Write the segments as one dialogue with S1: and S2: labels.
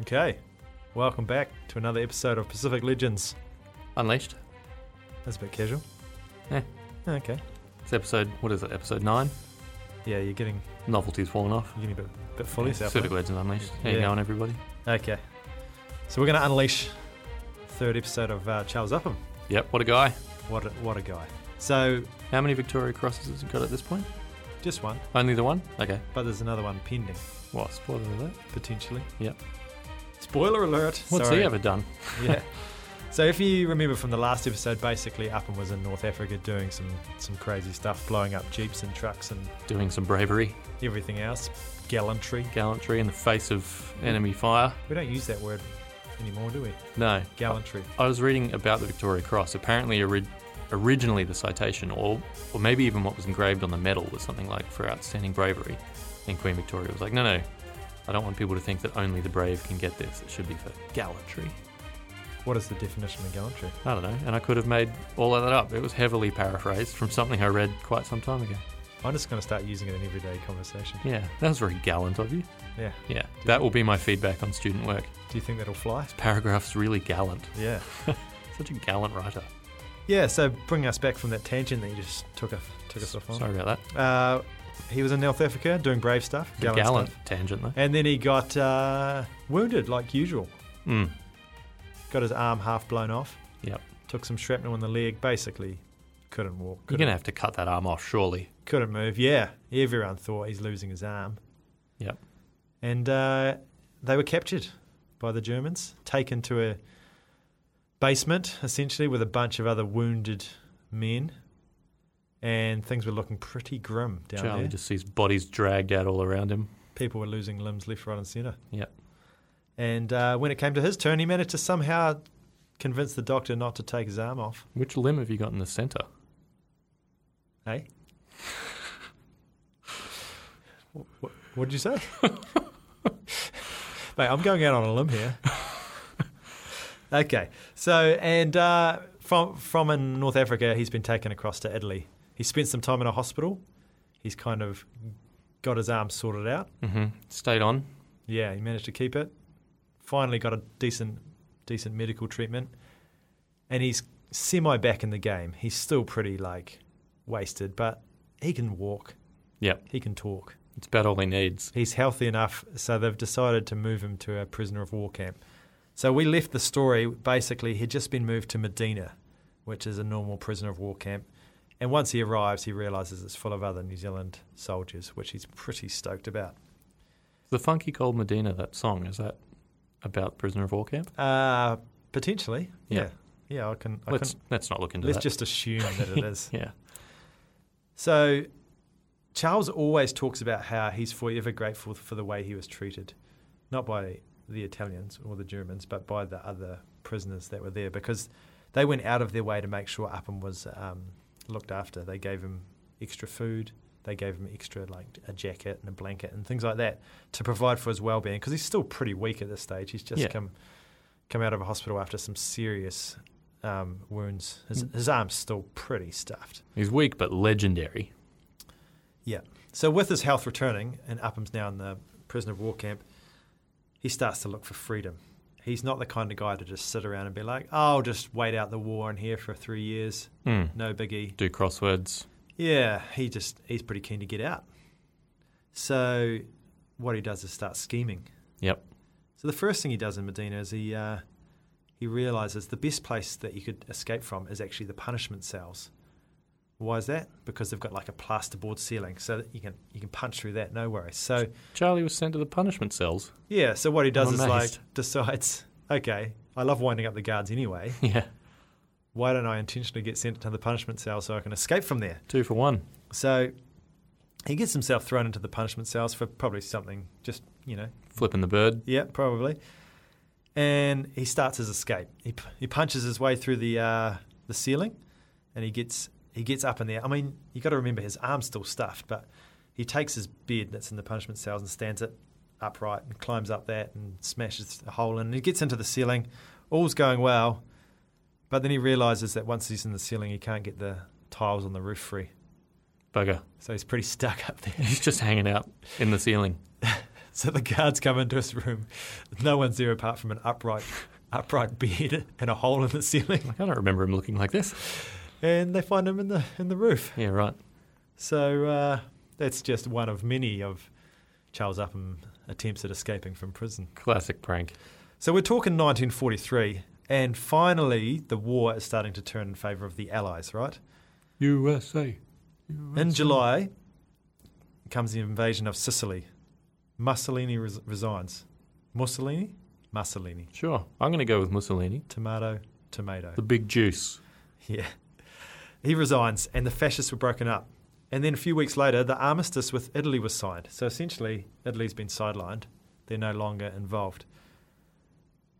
S1: Okay, welcome back to another episode of Pacific Legends.
S2: Unleashed.
S1: That's a bit casual. Oh,
S2: Yeah.
S1: Okay.
S2: It's episode, what is it, episode 9?
S1: Yeah, you're getting
S2: Novelty's fallen off.
S1: you're getting a bit, bit full of yourself.
S2: Pacific Legends Unleashed. How you
S1: Yeah.
S2: going, everybody?
S1: eh? Okay. So we're gonna unleash third episode of uh, Charles Upham.
S2: Yep, what a guy.
S1: What a, what a guy. So
S2: How many Victoria Crosses has he got at this point?
S1: just one,
S2: Only the one? Okay.
S1: but there's another one pending
S2: What, spoiler alert?
S1: potentially.
S2: Yep.
S1: Spoiler alert.
S2: What's
S1: Sorry.
S2: he ever done?
S1: yeah. So if you remember from the last episode, basically Upham was in North Africa doing some some crazy stuff, blowing up jeeps and trucks and
S2: Doing some bravery,
S1: everything else, gallantry.
S2: gallantry in the face of enemy fire.
S1: We don't use that word anymore, do we?
S2: No.
S1: Gallantry.
S2: I was reading about the Victoria Cross. Apparently, ori- originally the citation, or or maybe even what was engraved on the medal, was something like for outstanding bravery. And Queen Victoria was like, no, no, I don't want people to think that only the brave can get this. It should be for gallantry.
S1: What is the definition of gallantry?
S2: I don't know. And I could have made all of that up. It was heavily paraphrased from something I read quite some time ago.
S1: I'm just going to start using it in everyday conversation.
S2: Yeah, that was very gallant of you.
S1: Yeah.
S2: Yeah, that will be my feedback on student work.
S1: Do you think that'll fly?
S2: Paragraph's really gallant.
S1: Yeah.
S2: Such a gallant writer.
S1: Yeah. So bring us back from that tangent that you just took us took us off on.
S2: Sorry about that.
S1: Uh, he was in North Africa doing brave stuff,
S2: Gallant,
S1: gallant, stuff,
S2: tangent though.
S1: and then he got uh, wounded like usual.
S2: Mm.
S1: Got his arm half blown off.
S2: Yep.
S1: Took some shrapnel in the leg. Basically, couldn't walk.
S2: You're
S1: Couldn't,
S2: gonna have to cut that arm off, surely.
S1: couldn't move. Yeah. Everyone thought he's losing his arm.
S2: Yep.
S1: and uh, they were captured by the Germans, taken to a basement essentially with a bunch of other wounded men, and things were looking pretty grim down
S2: Charlie
S1: there.
S2: just sees bodies dragged out all around him.
S1: People were losing limbs left, right, and centre.
S2: Yep.
S1: And uh, when it came to his turn, he managed to somehow convince the doctor not to take his arm off.
S2: Which limb have you got in the centre?
S1: Hey, what did you say? Mate, I'm going out on a limb here. okay, so and uh, from from in North Africa, he's been taken across to Italy. He spent some time in a hospital. He's kind of got his arm sorted out.
S2: Mm-hmm. Stayed on.
S1: Yeah, he managed to keep it. Finally, got a decent decent medical treatment, and he's semi back in the game. He's still pretty like wasted, but he can walk.
S2: Yep.
S1: He can talk.
S2: It's about all he needs.
S1: He's healthy enough, so they've decided to move him to a prisoner of war camp. So we left the story basically, he'd just been moved to Medina, which is a normal prisoner of war camp. And once he arrives, he realises it's full of other New Zealand soldiers, which he's pretty stoked about.
S2: The funky cold Medina, that song, is that about prisoner of war camp?
S1: Uh, potentially, yeah.
S2: Yeah.
S1: Yeah, I can. I
S2: Let's
S1: can,
S2: let's not look into
S1: let's
S2: that.
S1: just assume that it is.
S2: yeah.
S1: So, Charles always talks about how he's forever grateful for the way he was treated, not by the Italians or the Germans, but by the other prisoners that were there because they went out of their way to make sure Upham was um, looked after. They gave him extra food, they gave him extra like a jacket and a blanket and things like that to provide for his well-being because he's still pretty weak at this stage. He's just
S2: Yeah.
S1: come come out of a hospital after some serious um, wounds. His, his arm's still pretty stuffed.
S2: He's weak but legendary.
S1: Yeah. So with his health returning, and Upham's now in the prisoner of war camp, he starts to look for freedom. He's not the kind of guy to just sit around and be like, "Oh, I'll just wait out the war in here for three years,
S2: Mm.
S1: no biggie."
S2: Do crosswords.
S1: Yeah, he just he's pretty keen to get out. So what he does is start scheming.
S2: Yep.
S1: So the first thing he does in Medina is he uh, he realizes the best place that you could escape from is actually the punishment cells. Why is that? Because they've got like a plasterboard ceiling, so that you can you can punch through that, no worries. So
S2: Charlie was sent to the punishment cells.
S1: yeah, so what he does
S2: I'm
S1: is
S2: amazed.
S1: like decides, okay, I love winding up the guards anyway.
S2: Yeah.
S1: Why don't I intentionally get sent to the punishment cell so I can escape from there?
S2: Two for one.
S1: So he gets himself thrown into the punishment cells for probably something just you know
S2: Flipping the bird.
S1: Yeah, probably. And he starts his escape. He, p- he punches his way through the uh, the ceiling, and he gets he gets up in there. I mean, you got to remember his arm's still stuffed, but he takes his bed that's in the punishment cells and stands it upright and climbs up that and smashes a hole in. And he gets into the ceiling. All's going well, but then he realizes that once he's in the ceiling, he can't get the tiles on the roof free.
S2: Bugger.
S1: So he's pretty stuck up there.
S2: He's just hanging out in the ceiling.
S1: So the guards come into his room. No one's there apart from an upright, upright bed and a hole in the ceiling.
S2: Like, I don't remember him looking like this.
S1: And they find him in the in the roof.
S2: Yeah, right.
S1: So uh, that's just one of many of Charles Upham's attempts at escaping from prison.
S2: Classic prank.
S1: So we're talking 1943, and finally the war is starting to turn in favour of the Allies, right?
S2: USA. Mm-hmm.
S1: In July comes the invasion of Sicily. Mussolini res- resigns. Mussolini? Mussolini.
S2: Sure. I'm going to go with Mussolini.
S1: Tomato, tomato.
S2: The big juice.
S1: Yeah. He resigns, and the fascists were broken up. And then a few weeks later, the armistice with Italy was signed. So essentially, Italy's been sidelined. They're no longer involved.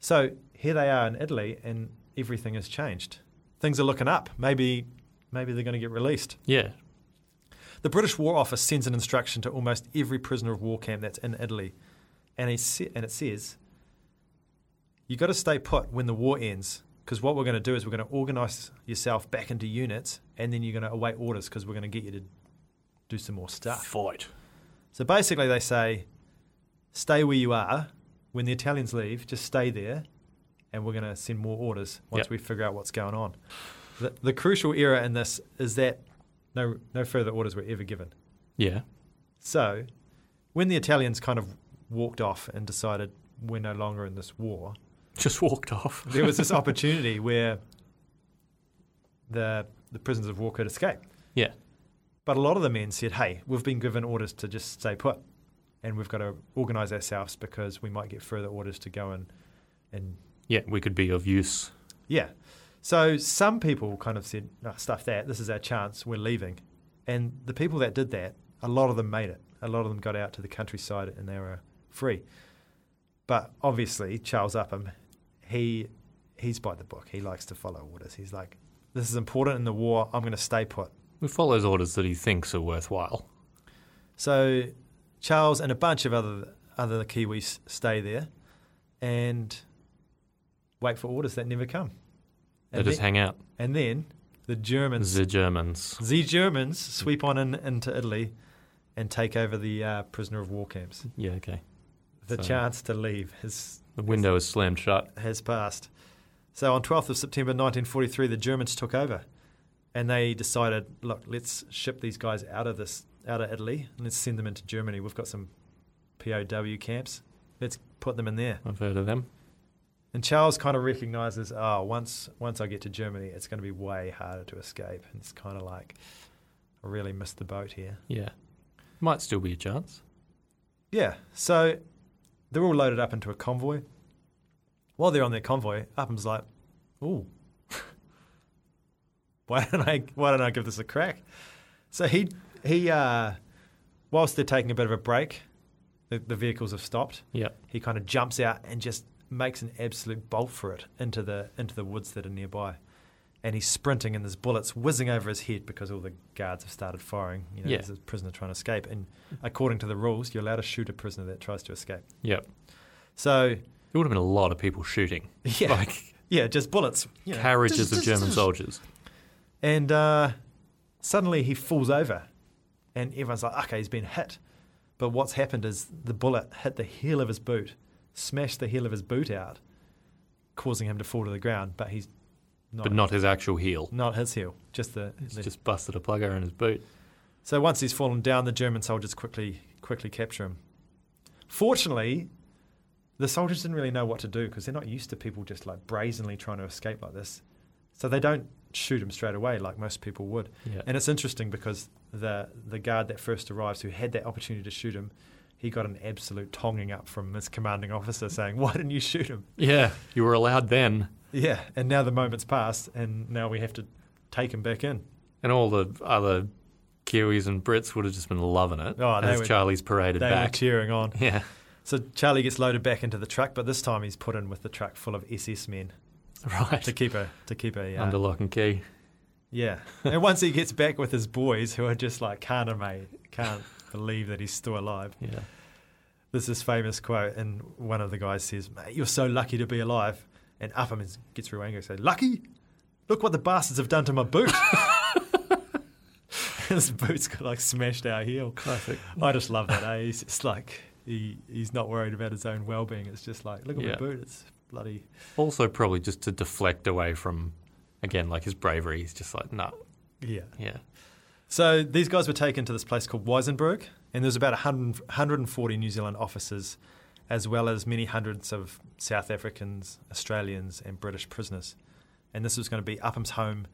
S1: So here they are in Italy, and everything has changed. Things are looking up. Maybe, maybe they're going to get released.
S2: Yeah.
S1: The British War Office sends an instruction to almost every prisoner of war camp that's in Italy, and, it sa- and it says, "You got to stay put when the war ends, because what we're going to do is we're going to organise yourself back into units, and then you're going to await orders because we're going to get you to do some more stuff."
S2: Fight.
S1: So basically, they say, "Stay where you are. When the Italians leave, just stay there, and we're going to send more orders once
S2: Yep.
S1: we figure out what's going on." The, the crucial error in this is that no no further orders were ever given.
S2: Yeah.
S1: So, when the Italians kind of walked off and decided we're no longer in this war,
S2: Just walked off.
S1: there was this opportunity where the the prisoners of war could escape.
S2: yeah.
S1: But a lot of the men said, "Hey, we've been given orders to just stay put, and we've got to organise ourselves because we might get further orders to go and and
S2: Yeah, we could be of use.
S1: yeah." So some people kind of said, "No, stuff that. This is our chance. We're leaving." And the people that did that, a lot of them made it. A lot of them got out to the countryside and they were free. But obviously, Charles Upham, he he's by the book. He likes to follow orders. He's like, "This is important in the war. I'm going to stay put."
S2: Who follows orders that he thinks are worthwhile.
S1: So Charles and a bunch of other other Kiwis stay there and wait for orders that never come.
S2: They
S1: And,
S2: just
S1: then,
S2: hang out.
S1: and then the Germans,
S2: The Germans.
S1: the Germans, sweep on in, into Italy and take over the uh, prisoner of war camps.
S2: Yeah, okay.
S1: The
S2: So-
S1: chance to leave has
S2: The window is slammed shut.
S1: has passed. So on 12th of September 1943, the Germans took over, and they decided, look, let's ship these guys out of this, out of Italy, and let's send them into Germany. We've got some POW camps. Let's put them in there.
S2: I've heard of them.
S1: And Charles kind of recognises, oh, once once I get to Germany, it's going to be way harder to escape. And it's kind of like, I really missed the boat here.
S2: Yeah. Might still be a chance.
S1: Yeah. So they're all loaded up into a convoy. While they're on their convoy, Upham's like, "Ooh, why don't I? Why don't I give this a crack?" So he he, uh, whilst they're taking a bit of a break, the, the vehicles have stopped.
S2: Yeah.
S1: He kind of jumps out and just makes an absolute bolt for it into the into the woods that are nearby. And he's sprinting, and there's bullets whizzing over his head because all the guards have started firing. You know,
S2: Yeah.
S1: there's a prisoner trying to escape, and according to the rules, you're allowed to shoot a prisoner that tries to escape.
S2: Yeah.
S1: So,
S2: There would have been a lot of people shooting.
S1: yeah,
S2: Like
S1: yeah, just bullets, you know.
S2: carriages of German soldiers.
S1: And uh, suddenly he falls over, and everyone's like, "Okay, he's been hit." But what's happened is the bullet hit the heel of his boot, smashed the heel of his boot out, causing him to fall to the ground. But he's not,
S2: But not his actual heel.
S1: not his heel, just the.
S2: He's
S1: the-
S2: just busted a plugger in his boot.
S1: So once he's fallen down, the German soldiers quickly quickly capture him. Fortunately, the soldiers didn't really know what to do because they're not used to people just like brazenly trying to escape like this. So they don't shoot him straight away like most people would.
S2: Yeah.
S1: And it's interesting because the the guard that first arrives, who had that opportunity to shoot him, he got an absolute tonguing up from his commanding officer saying, "Why didn't you shoot him?"
S2: Yeah. You were allowed then.
S1: Yeah. And now the moment's passed, and now we have to take him back in.
S2: And all the other Kiwis and Brits would have just been loving it
S1: Oh, they
S2: as
S1: were-
S2: Charlie's paraded
S1: They were
S2: back.
S1: cheering on.
S2: yeah,
S1: So Charlie gets loaded back into the truck, but this time he's put in with the truck full of SS men
S2: right.
S1: to keep a to keep a uh,
S2: Under lock and key.
S1: yeah. And once he gets back with his boys, who are just like can't mate, can't believe that he's still alive.
S2: Yeah.
S1: There's this famous quote, and one of the guys says, "Mate, you're so lucky to be alive." And Upham is, gets real angry and says, "Lucky? Look what the bastards have done to my boot." his boots got like smashed our heel.
S2: Classic.
S1: I just love that. Eh? It's like he he's not worried about his own well-being. It's just like, look at
S2: Yeah.
S1: my boot. It's bloody.
S2: Also, probably just to deflect away from, again, like his bravery. He's just like, no,
S1: Yeah.
S2: yeah.
S1: So these guys were taken to this place called Weisenberg, and there's about 100, 140 New Zealand officers, as well as many hundreds of South Africans, Australians, and British prisoners. And this was going to be Upham's home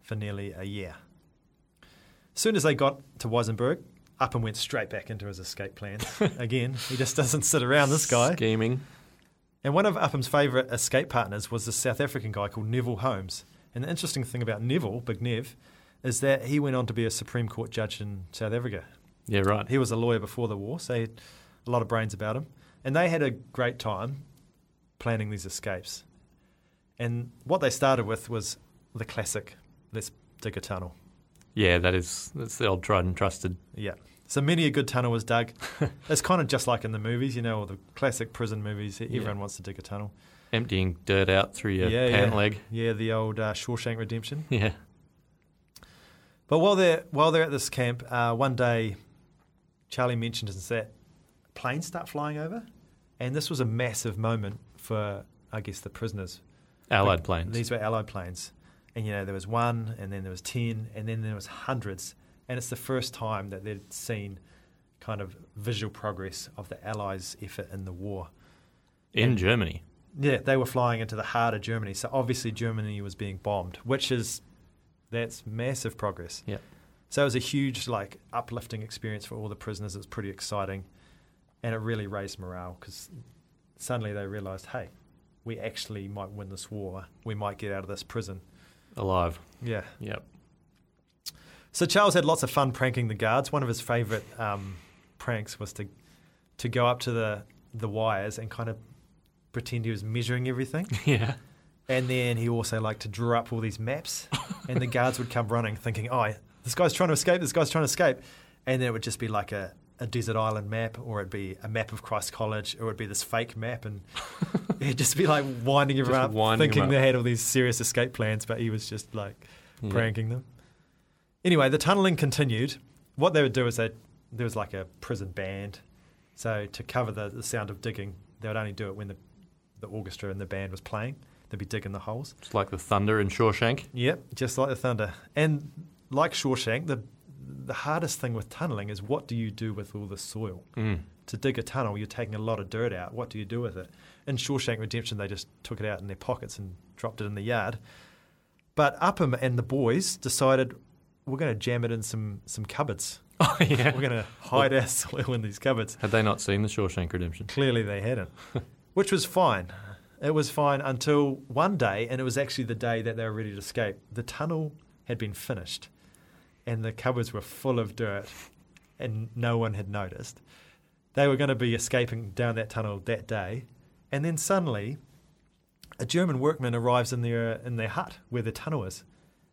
S1: for nearly a year. As soon as they got to Weisenberg, Upham went straight back into his escape plans. Again, he just doesn't sit around, this guy.
S2: Scheming.
S1: And one of Upham's favourite escape partners was this South African guy called Neville Holmes. And the interesting thing about Neville, Big Nev, is that he went on to be a Supreme Court judge in South Africa.
S2: Yeah, right.
S1: He was a lawyer before the war, so he had a lot of brains about him. And they had a great time planning these escapes. And what they started with was the classic let's dig a tunnel.
S2: Yeah, that is, that's the old tried and trusted.
S1: Yeah. So many a good tunnel was dug. it's kind of just like in the movies, you know, all the classic prison movies. Everyone wants to dig a tunnel.
S2: Emptying dirt out through your pant leg.
S1: Yeah, the old uh, Shawshank Redemption.
S2: Yeah.
S1: But while they're while they're at this camp, uh, one day Charlie mentioned is that planes start flying over, and this was a massive moment for I guess the prisoners.
S2: Allied planes.
S1: These were Allied planes, and you know there was one, and then there was ten, and then there was hundreds, and it's the first time that they'd seen kind of visual progress of the Allies' effort in the war.
S2: in Germany.
S1: Yeah, they were flying into the heart of Germany, so obviously Germany was being bombed, which is that's massive progress.
S2: Yeah.
S1: So it was a huge, like, uplifting experience for all the prisoners. It's pretty exciting, and it really raised morale because suddenly they realised, hey, we actually might win this war. We might get out of this prison.
S2: Alive.
S1: Yeah.
S2: Yep.
S1: So Charles had lots of fun pranking the guards. One of his favourite um, pranks was to to go up to the the wires and kind of pretend he was measuring everything.
S2: Yeah.
S1: And then he also liked to draw up all these maps, and the guards would come running, thinking, "Oh, this guy's trying to escape. This guy's trying to escape." And then it would just be like a, a desert island map, or it'd be a map of Christ College, or it'd be this fake map, and it'd just be like winding everyone up,
S2: winding 'em
S1: thinking
S2: up.
S1: they had all these serious escape plans, but he was just like
S2: Yeah.
S1: pranking them. Anyway, the tunneling continued. What they would do is they there was like a prison band, so to cover the, the sound of digging, they would only do it when the the orchestra and the band was playing. They'd be digging the holes.
S2: It's like the thunder in Shawshank.
S1: Yep, just like the thunder. And like Shawshank, the the hardest thing with tunneling is what do you do with all the soil?
S2: Mm.
S1: To dig a tunnel, you're taking a lot of dirt out. What do you do with it? In Shawshank Redemption, they just took it out in their pockets and dropped it in the yard. But Upham and the boys decided we're going to jam it in some some cupboards.
S2: Oh, yeah.
S1: We're going to hide our soil in these cupboards.
S2: Had they not seen the Shawshank Redemption?
S1: Clearly, they hadn't, which was fine. It was fine until one day, and it was actually the day that they were ready to escape. The tunnel had been finished, and the cupboards were full of dirt, and no one had noticed. They were going to be escaping down that tunnel that day, and then suddenly, a German workman arrives in their in their hut where the tunnel is,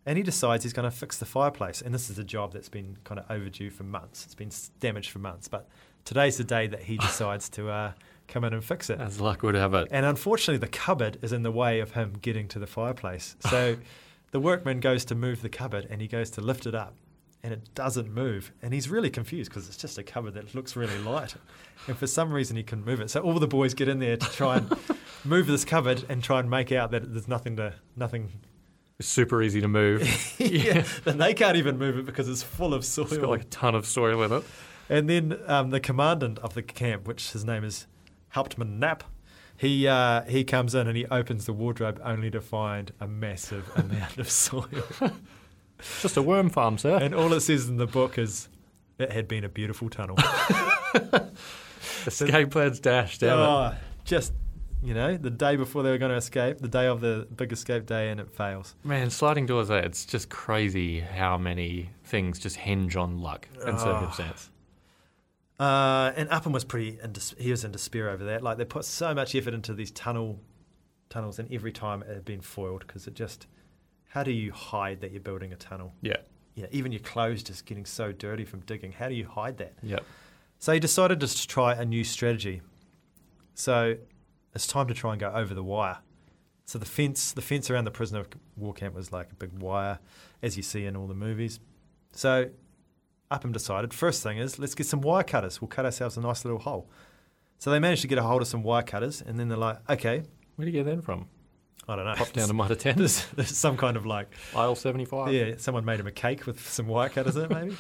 S1: and he decides he's going to fix the fireplace. And this is a job that's been kind of overdue for months. It's been s- damaged for months, but today's the day that he decides to uh, come in and fix it.
S2: As luck would have it.
S1: And unfortunately, the cupboard is in the way of him getting to the fireplace. So the workman goes to move the cupboard, and he goes to lift it up. And it doesn't move. And he's really confused because it's just a cupboard that looks really light. And for some reason, he couldn't move it. So all the boys get in there to try and move this cupboard and try and make out that there's nothing to, nothing
S2: It's super easy to move.
S1: yeah. Then they can't even move it because it's full of soil.
S2: It's got like a ton of soil in it.
S1: and then um, the commandant of the camp, which his name is Hauptmann Knapp, he uh, he comes in and he opens the wardrobe only to find a massive amount of soil.
S2: It's just a worm farm, sir.
S1: And all it says in the book is it had been a beautiful tunnel.
S2: Escape plan's dashed out.
S1: Oh, just you know, the day before they were going to escape, the day of the big escape day, and it fails.
S2: Man, sliding doors, eh? It's just crazy how many things just hinge on luck
S1: Ah.
S2: and circumstance.
S1: Uh, and Upham was pretty in dis- he was in despair over that. Like they put so much effort into these tunnel tunnels, and every time it had been foiled because it just how do you hide that you're building a tunnel?
S2: Yeah.
S1: Yeah, even your clothes just getting so dirty from digging. How do you hide that?
S2: Yep.
S1: So he decided to s- try a new strategy. So it's time to try and go over the wire. So the fence, the fence around the prisoner of war camp was like a big wire, as you see in all the movies. So Upham decided first thing is let's get some wire cutters. We'll cut ourselves a nice little hole. So they managed to get a hold of some wire cutters, and then they're like, okay,
S2: Where do you get that from?
S1: I don't know.
S2: Popped down to Mitre 10,
S1: there's, there's some kind of like,
S2: aisle 75.
S1: yeah, someone made him a cake with some wire cutters in it, maybe.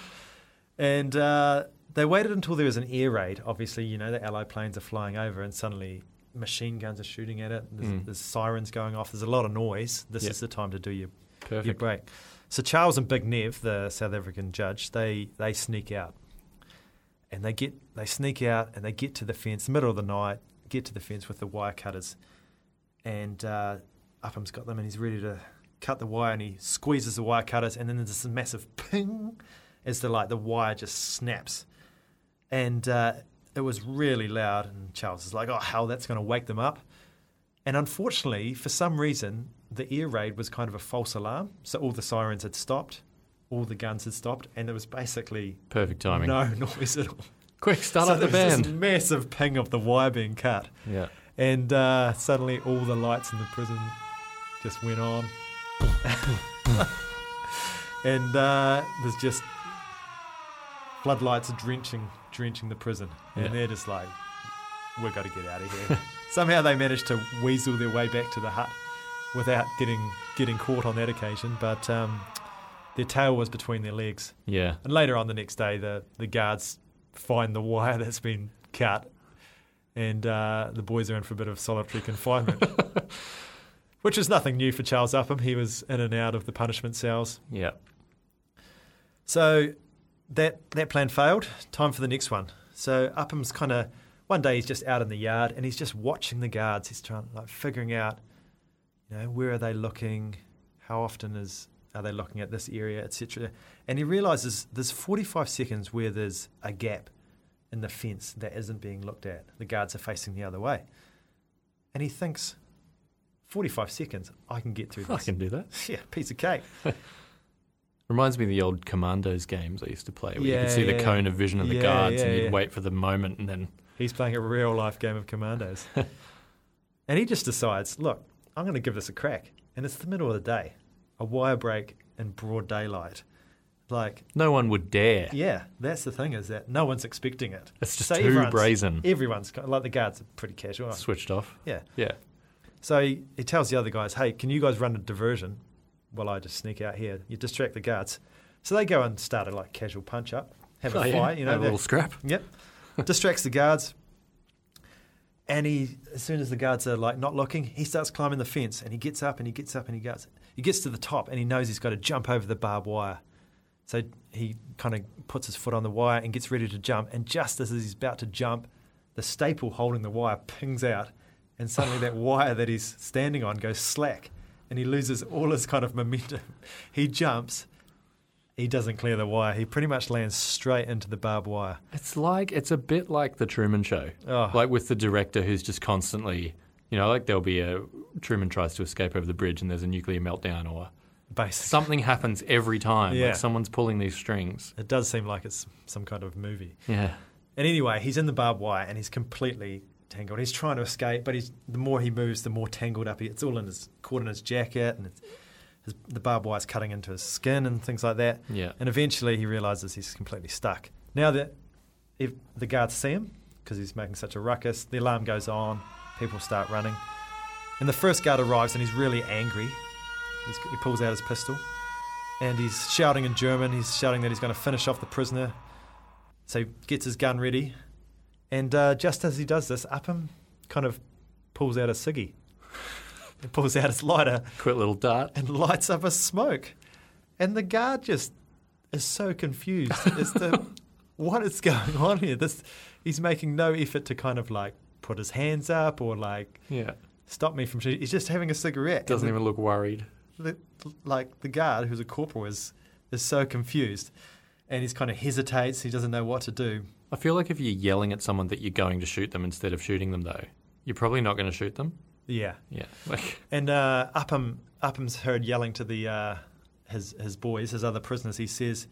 S1: And uh, they waited until there was an air raid. Obviously, you know, the Allied planes are flying over, and suddenly machine guns are shooting at it. There's,
S2: Mm.
S1: there's sirens going off. There's a lot of noise. This
S2: Yeah.
S1: is the time to do your
S2: Perfect.
S1: your break. So Charles and Big Nev, the South African judge, they they sneak out, and they get they sneak out and they get to the fence, middle of the night, get to the fence with the wire cutters, and uh, Upham's got them and he's ready to cut the wire and he squeezes the wire cutters and then there's this massive ping as the like the wire just snaps, and uh, it was really loud and Charles is like, oh hell, that's going to wake them up. And unfortunately, for some reason, the air raid was kind of a false alarm. So all the sirens had stopped, all the guns had stopped, and there was basically
S2: Perfect timing.
S1: no noise at all.
S2: Quick, start
S1: so
S2: up the
S1: there was
S2: band.
S1: This massive ping of the wire being cut,
S2: Yeah.
S1: and uh, suddenly all the lights in the prison just went on, and uh, there's just floodlights drenching drenching the prison, and
S2: Yeah.
S1: they're just like, "We've got to get out of here." Somehow they managed to weasel their way back to the hut without getting getting caught on that occasion, but um, their tail was between their legs.
S2: Yeah.
S1: And later on the next day, the, the guards find the wire that's been cut, and uh, the boys are in for a bit of solitary confinement, which is nothing new for Charles Upham. He was in and out of the punishment cells.
S2: Yeah.
S1: So that, that plan failed. Time for the next one. So Upham's kind of one day he's just out in the yard and he's just watching the guards. He's trying like figuring out, you know, where are they looking? How often is are they looking at this area, etc. And he realizes there's 45 seconds where there's a gap in the fence that isn't being looked at. The guards are facing the other way, and he thinks, 45 seconds, I can get through
S2: I
S1: this.
S2: can do that.
S1: yeah, piece of cake.
S2: Reminds me of the old Commandos games I used to play where you
S1: Yeah,
S2: could see
S1: yeah.
S2: the cone of vision of the
S1: Yeah,
S2: guards
S1: yeah,
S2: and you'd
S1: yeah.
S2: wait for the moment and then,
S1: He's playing a real life game of commandos. and he just decides, look, I'm going to give this a crack. And it's the middle of the day, a wire break in broad daylight. Like,
S2: no one would dare.
S1: yeah, that's the thing is that no one's expecting it.
S2: It's just
S1: So
S2: too
S1: everyone's-
S2: brazen.
S1: Everyone's, ki- like the guards are pretty casual. aren't they?
S2: Switched off.
S1: Yeah.
S2: Yeah.
S1: So he, he tells the other guys, hey, can you guys run a diversion while I just sneak out here? You distract the guards. So they go and start a like casual punch up, have a
S2: Oh,
S1: fight,
S2: yeah.
S1: you know,
S2: Have a
S1: they're-
S2: little scrap.
S1: Yep. Distracts the guards. And he, as soon as the guards are like not looking, he starts climbing the fence and he gets up and he gets up and he gets, he gets to the top and he knows he's got to jump over the barbed wire. So he kind of puts his foot on the wire and gets ready to jump. And just as he's about to jump, the staple holding the wire pings out. And suddenly that wire that he's standing on goes slack and he loses all his kind of momentum. He jumps. He doesn't clear the wire. He pretty much lands straight into the barbed wire.
S2: It's like it's a bit like the Truman Show,
S1: Oh.
S2: like with the director who's just constantly, you know, like there'll be a Truman tries to escape over the bridge and there's a nuclear meltdown or
S1: Basically.
S2: something happens every time.
S1: Yeah.
S2: Like someone's pulling these strings.
S1: It does seem like it's some kind of movie.
S2: Yeah,
S1: And anyway, he's in the barbed wire and he's completely tangled. He's trying to escape, but he's, the more he moves, the more tangled up he It's all in his caught in his jacket, and it's, his, the barbed wire's cutting into his skin and things like that.
S2: yeah,
S1: And eventually, he realizes he's completely stuck. Now that if the guards see him because he's making such a ruckus, the alarm goes on. People start running, and the first guard arrives and he's really angry. He's, he pulls out his pistol, and he's shouting in German. He's shouting that he's going to finish off the prisoner. So he gets his gun ready, and uh, just as he does this, Upham kind of pulls out a ciggy. He pulls out his lighter
S2: quick little dart.
S1: and lights up a smoke. And the guard just is so confused as to what is going on here. This he's making no effort to kind of like put his hands up or like
S2: Yeah,
S1: stop me from shooting. He's just having a cigarette.
S2: doesn't
S1: And
S2: even look worried.
S1: the, like the guard who's a corporal is is so confused and he's kind of hesitates, he doesn't know what to do.
S2: I feel like if you're yelling at someone that you're going to shoot them instead of shooting them, though, you're probably not going to shoot them.
S1: Yeah.
S2: Yeah, like
S1: And uh, Upham Upham's heard yelling to the uh, his his boys, his other prisoners. He says,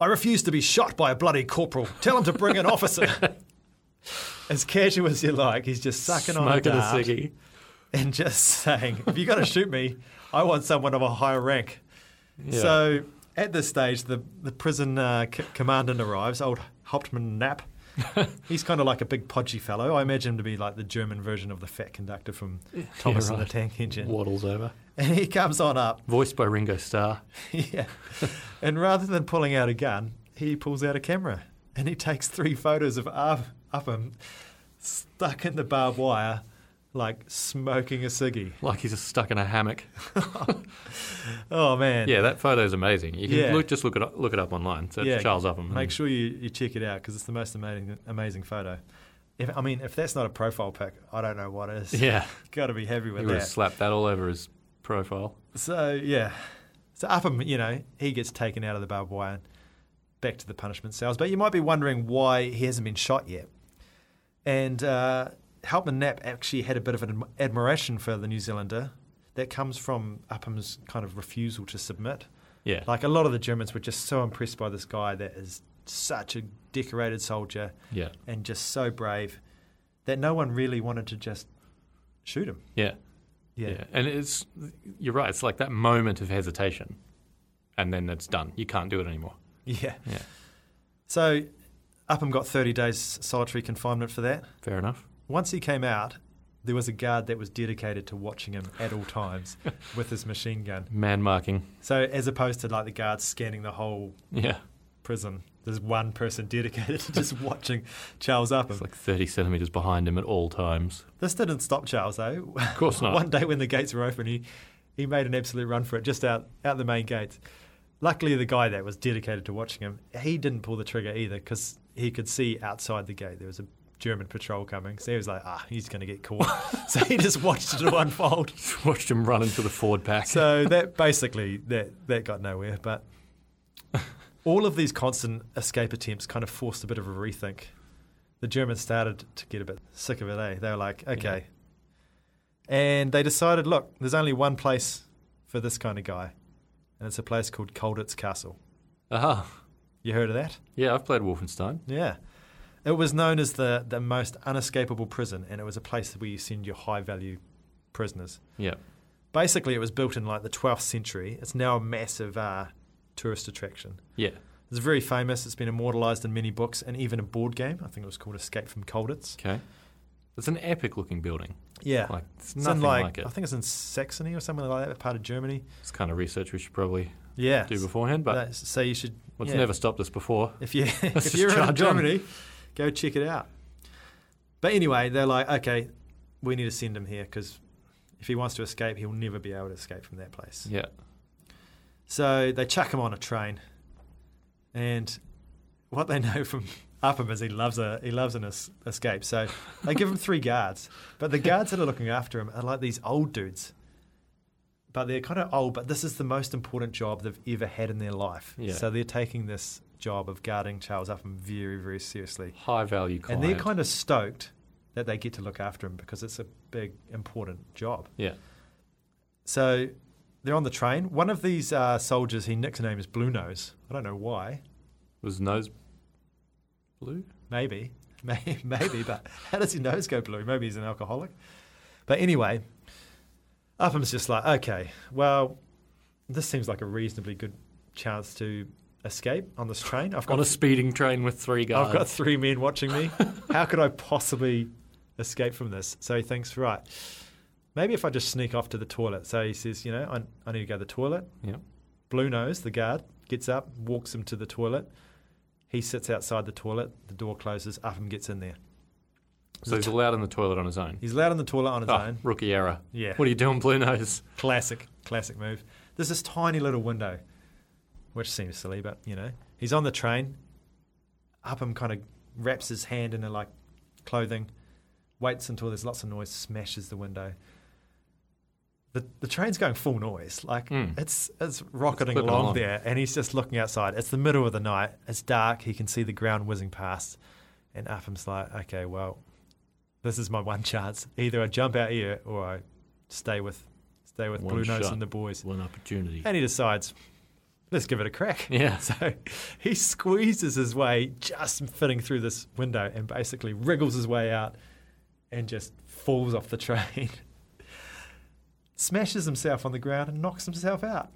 S1: "I refuse to be shot by a bloody corporal. Tell him to bring an officer." as casual as you like, he's just sucking on a
S2: smoking a
S1: dart
S2: ciggy.
S1: and just saying, "If you're going to shoot me, I want someone of a higher rank."
S2: Yeah.
S1: So at this stage, the the prison uh, c- commandant arrives, old Hauptmann Knapp, He's kind of like a big podgy fellow. I imagine him to be like the German version of the fat conductor from Thomas and
S2: right.
S1: the Tank Engine.
S2: Waddles over.
S1: And he comes on up,
S2: Voiced by Ringo Starr.
S1: yeah. and rather than pulling out a gun, he pulls out a camera and he takes three photos of Ar- Upham stuck in the barbed wire, like smoking a ciggy.
S2: Like he's just stuck in a hammock.
S1: Oh man,
S2: Yeah, that photo is amazing. You can
S1: Yeah.
S2: look, just look it up, look it up online. So it's Charles Upham.
S1: Make
S2: and-
S1: sure you, you check it out because it's the most amazing amazing photo. If, I mean, if that's not a profile pic, I don't know what is.
S2: Yeah,
S1: Got to be heavy
S2: he
S1: with
S2: would have
S1: that.
S2: slapped that all over his profile.
S1: So yeah, so Upham, you know, he gets taken out of the barbed wire and back to the punishment cells. But you might be wondering why he hasn't been shot yet. And uh, Helpman Knapp actually had a bit of an adm- admiration for the New Zealander. That comes from Upham's kind of refusal to submit.
S2: Yeah,
S1: Like a lot of the Germans were just so impressed by this guy that is such a decorated soldier
S2: yeah,
S1: and just so brave that no one really wanted to just shoot him.
S2: yeah,
S1: Yeah.
S2: yeah, And it's you're right. It's like that moment of hesitation, and then it's done. You can't do it anymore.
S1: Yeah.
S2: Yeah.
S1: So Upham got 30 days solitary confinement for that.
S2: Fair enough.
S1: Once he came out, there was a guard that was dedicated to watching him at all times with his machine gun.
S2: Man marking.
S1: So as opposed to like the guards scanning the whole
S2: Yeah,
S1: prison, there's one person dedicated to just watching Charles Upham.
S2: it's like 30 centimeters behind him at all times.
S1: This didn't stop Charles though. Of
S2: course not.
S1: One day when the gates were open, he, he made an absolute run for it, just out out the main gates. Luckily, the guy that was dedicated to watching him, he didn't pull the trigger either because he could see outside the gate there was a German patrol coming. So he was like, ah, he's going to get caught. so he just watched it all unfold.
S2: Just watched him run into the Ford pack.
S1: So that basically that that got nowhere. But all of these constant escape attempts kind of forced a bit of a rethink. The Germans started to get a bit sick of it. Eh? They were like, okay, and they decided, look, there's only one place for this kind of guy, and it's a place called Colditz Castle.
S2: Aha.
S1: You heard of that?
S2: Yeah, I've played Wolfenstein.
S1: Yeah. It was known as the, the most unescapable prison, and it was a place where you send your high value prisoners.
S2: Yeah.
S1: basically it was built in like the 12th century it's now a massive uh, tourist attraction
S2: Yeah.
S1: it's very famous it's been immortalized in many books and even a board game i think it was called escape from colditz
S2: Okay. It's an epic looking building.
S1: yeah
S2: Like, it's
S1: It's in,
S2: nothing like, it.
S1: i think it's in saxony or something like that part of germany
S2: It's kind of research we should probably
S1: yeah
S2: do beforehand, but
S1: That's- so you should
S2: what's
S1: yeah.
S2: never stopped us before.
S1: if you if
S2: just
S1: you're in
S2: charge on.
S1: germany go check it out but anyway they're like okay we need to send him here because if he wants to escape he'll never be able to escape from that place
S2: Yeah.
S1: So they chuck him on a train, and what they know from Upham is he loves a he loves an es- escape. So they give him three guards, but the guards that are looking after him are like these old dudes. But they're kind of old. But this is the most important job they've ever had in their life.
S2: Yeah.
S1: So they're taking this job of guarding Charles Upham very very seriously,
S2: High value client.
S1: and they're kind of stoked that they get to look after him because it's a big important job.
S2: Yeah.
S1: So they're on the train. One of these uh, soldiers, he nicknamed is Blue Nose. I don't know why.
S2: Was nose blue?
S1: Maybe. Maybe, maybe but how does his nose go blue? Maybe he's an alcoholic. But anyway, Upham's just like, okay, well, this seems like a reasonably good chance to escape on this train. I've got,
S2: On a speeding train with three guards.
S1: I've got three men watching me. how could I possibly escape from this? So he thinks, right, maybe if I just sneak off to the toilet. So he says, you know, I, I need to go to the toilet.
S2: yeah.
S1: Blue Nose, the guard, gets up, walks him to the toilet. He sits outside the toilet. The door closes. Upham gets in there.
S2: So he's allowed in the toilet on his own.
S1: He's loud in the toilet on his
S2: Ah,
S1: own.
S2: rookie error.
S1: Yeah.
S2: What are you doing, Blue Nose?
S1: Classic, classic move. There's this tiny little window, which seems silly, but you know. He's on the train. Upham kind of wraps his hand in her like clothing, waits until there's lots of noise, smashes the window. The, the train's going full noise, like
S2: Mm.
S1: it's it's rocketing
S2: clipping
S1: along
S2: along.
S1: there, and he's just looking outside. It's the middle of the night, it's dark. He can see the ground whizzing past, and Upham's like, "Okay, well, this is my one chance. Either I jump out here or I stay with stay with
S2: One
S1: Blue Nose
S2: shot.
S1: and the boys.
S2: One opportunity.
S1: And he decides, let's give it a crack.
S2: Yeah.
S1: So he squeezes his way just fitting through this window and basically wriggles his way out and just falls off the train. Smashes himself on the ground and knocks himself out.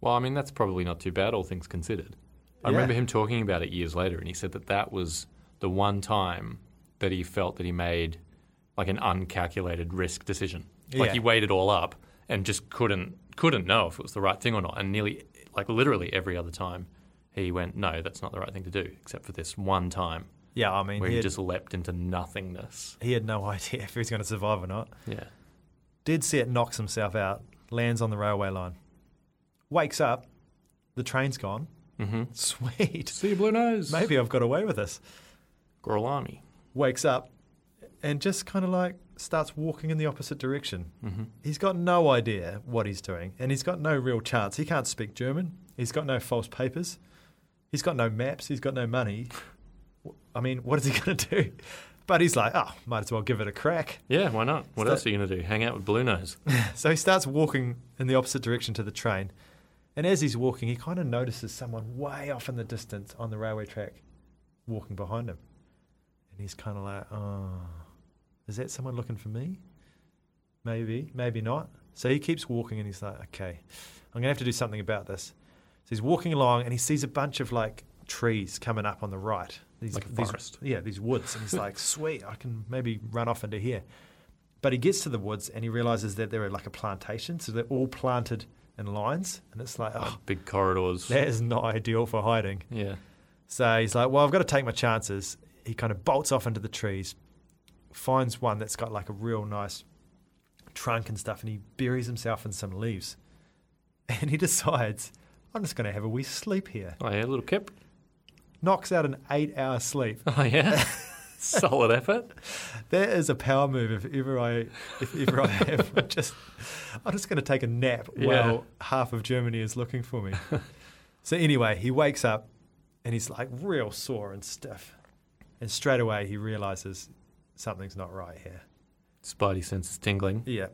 S2: Well, I mean, that's probably not too bad, all things considered. I
S1: Yeah.
S2: remember him talking about it years later, and he said that that was the one time that he felt that he made like an uncalculated risk decision. Like
S1: Yeah.
S2: he weighed it all up and just couldn't couldn't know if it was the right thing or not. And nearly like literally every other time he went, No, that's not the right thing to do, except for this one time
S1: Yeah, I mean,
S2: where
S1: he,
S2: he,
S1: had,
S2: just leapt into nothingness.
S1: he had no idea if he was going to survive or not.
S2: Yeah.
S1: Dead set knocks himself out, lands on the railway line, wakes up, the train's gone. Mm-hmm. Sweet.
S2: See blue nose.
S1: Maybe I've got away with this.
S2: Gorlami.
S1: Wakes up and just kind of like starts walking in the opposite direction. Mm-hmm. He's got no idea what he's doing and he's got no real chance. He can't speak German. He's got no false papers. He's got no maps. He's got no money. W- I mean, what is he going to do? But he's like, oh, might as well give it a crack.
S2: Yeah, why not? What
S1: that-
S2: else are you gonna do? Hang out with blue nose.
S1: So he starts walking in the opposite direction to the train. And as he's walking, he kind of notices someone way off in the distance on the railway track walking behind him. And he's kind of like, oh, is that someone looking for me? Maybe, maybe not. So he keeps walking and he's like, okay, I'm going to have to do something about this. So he's walking along and he sees a bunch of like trees coming up on the right. These,
S2: Like a
S1: these-
S2: forest.
S1: yeah, these woods. And he's like, sweet, I can maybe run off into here. But he gets to the woods and he realizes that they're like a plantation. So they're all planted in lines. And it's like, oh,
S2: Big corridors.
S1: that is not ideal for hiding.
S2: Yeah.
S1: So he's like, well, I've got to take my chances. He kind of bolts off into the trees, finds one that's got like a real nice trunk and stuff, and he buries himself in some leaves. And he decides, I'm just going to have a wee sleep here.
S2: Oh yeah, little kip.
S1: Knocks out an eight hour sleep.
S2: Oh yeah. Solid effort.
S1: That is a power move if ever I, if ever I have. I'm just, I'm just going to take a nap while half of Germany is looking for me. so anyway, he wakes up and he's like real sore and stiff, and straight away he realizes something's not right here.
S2: Spidey senses tingling.
S1: Yeah,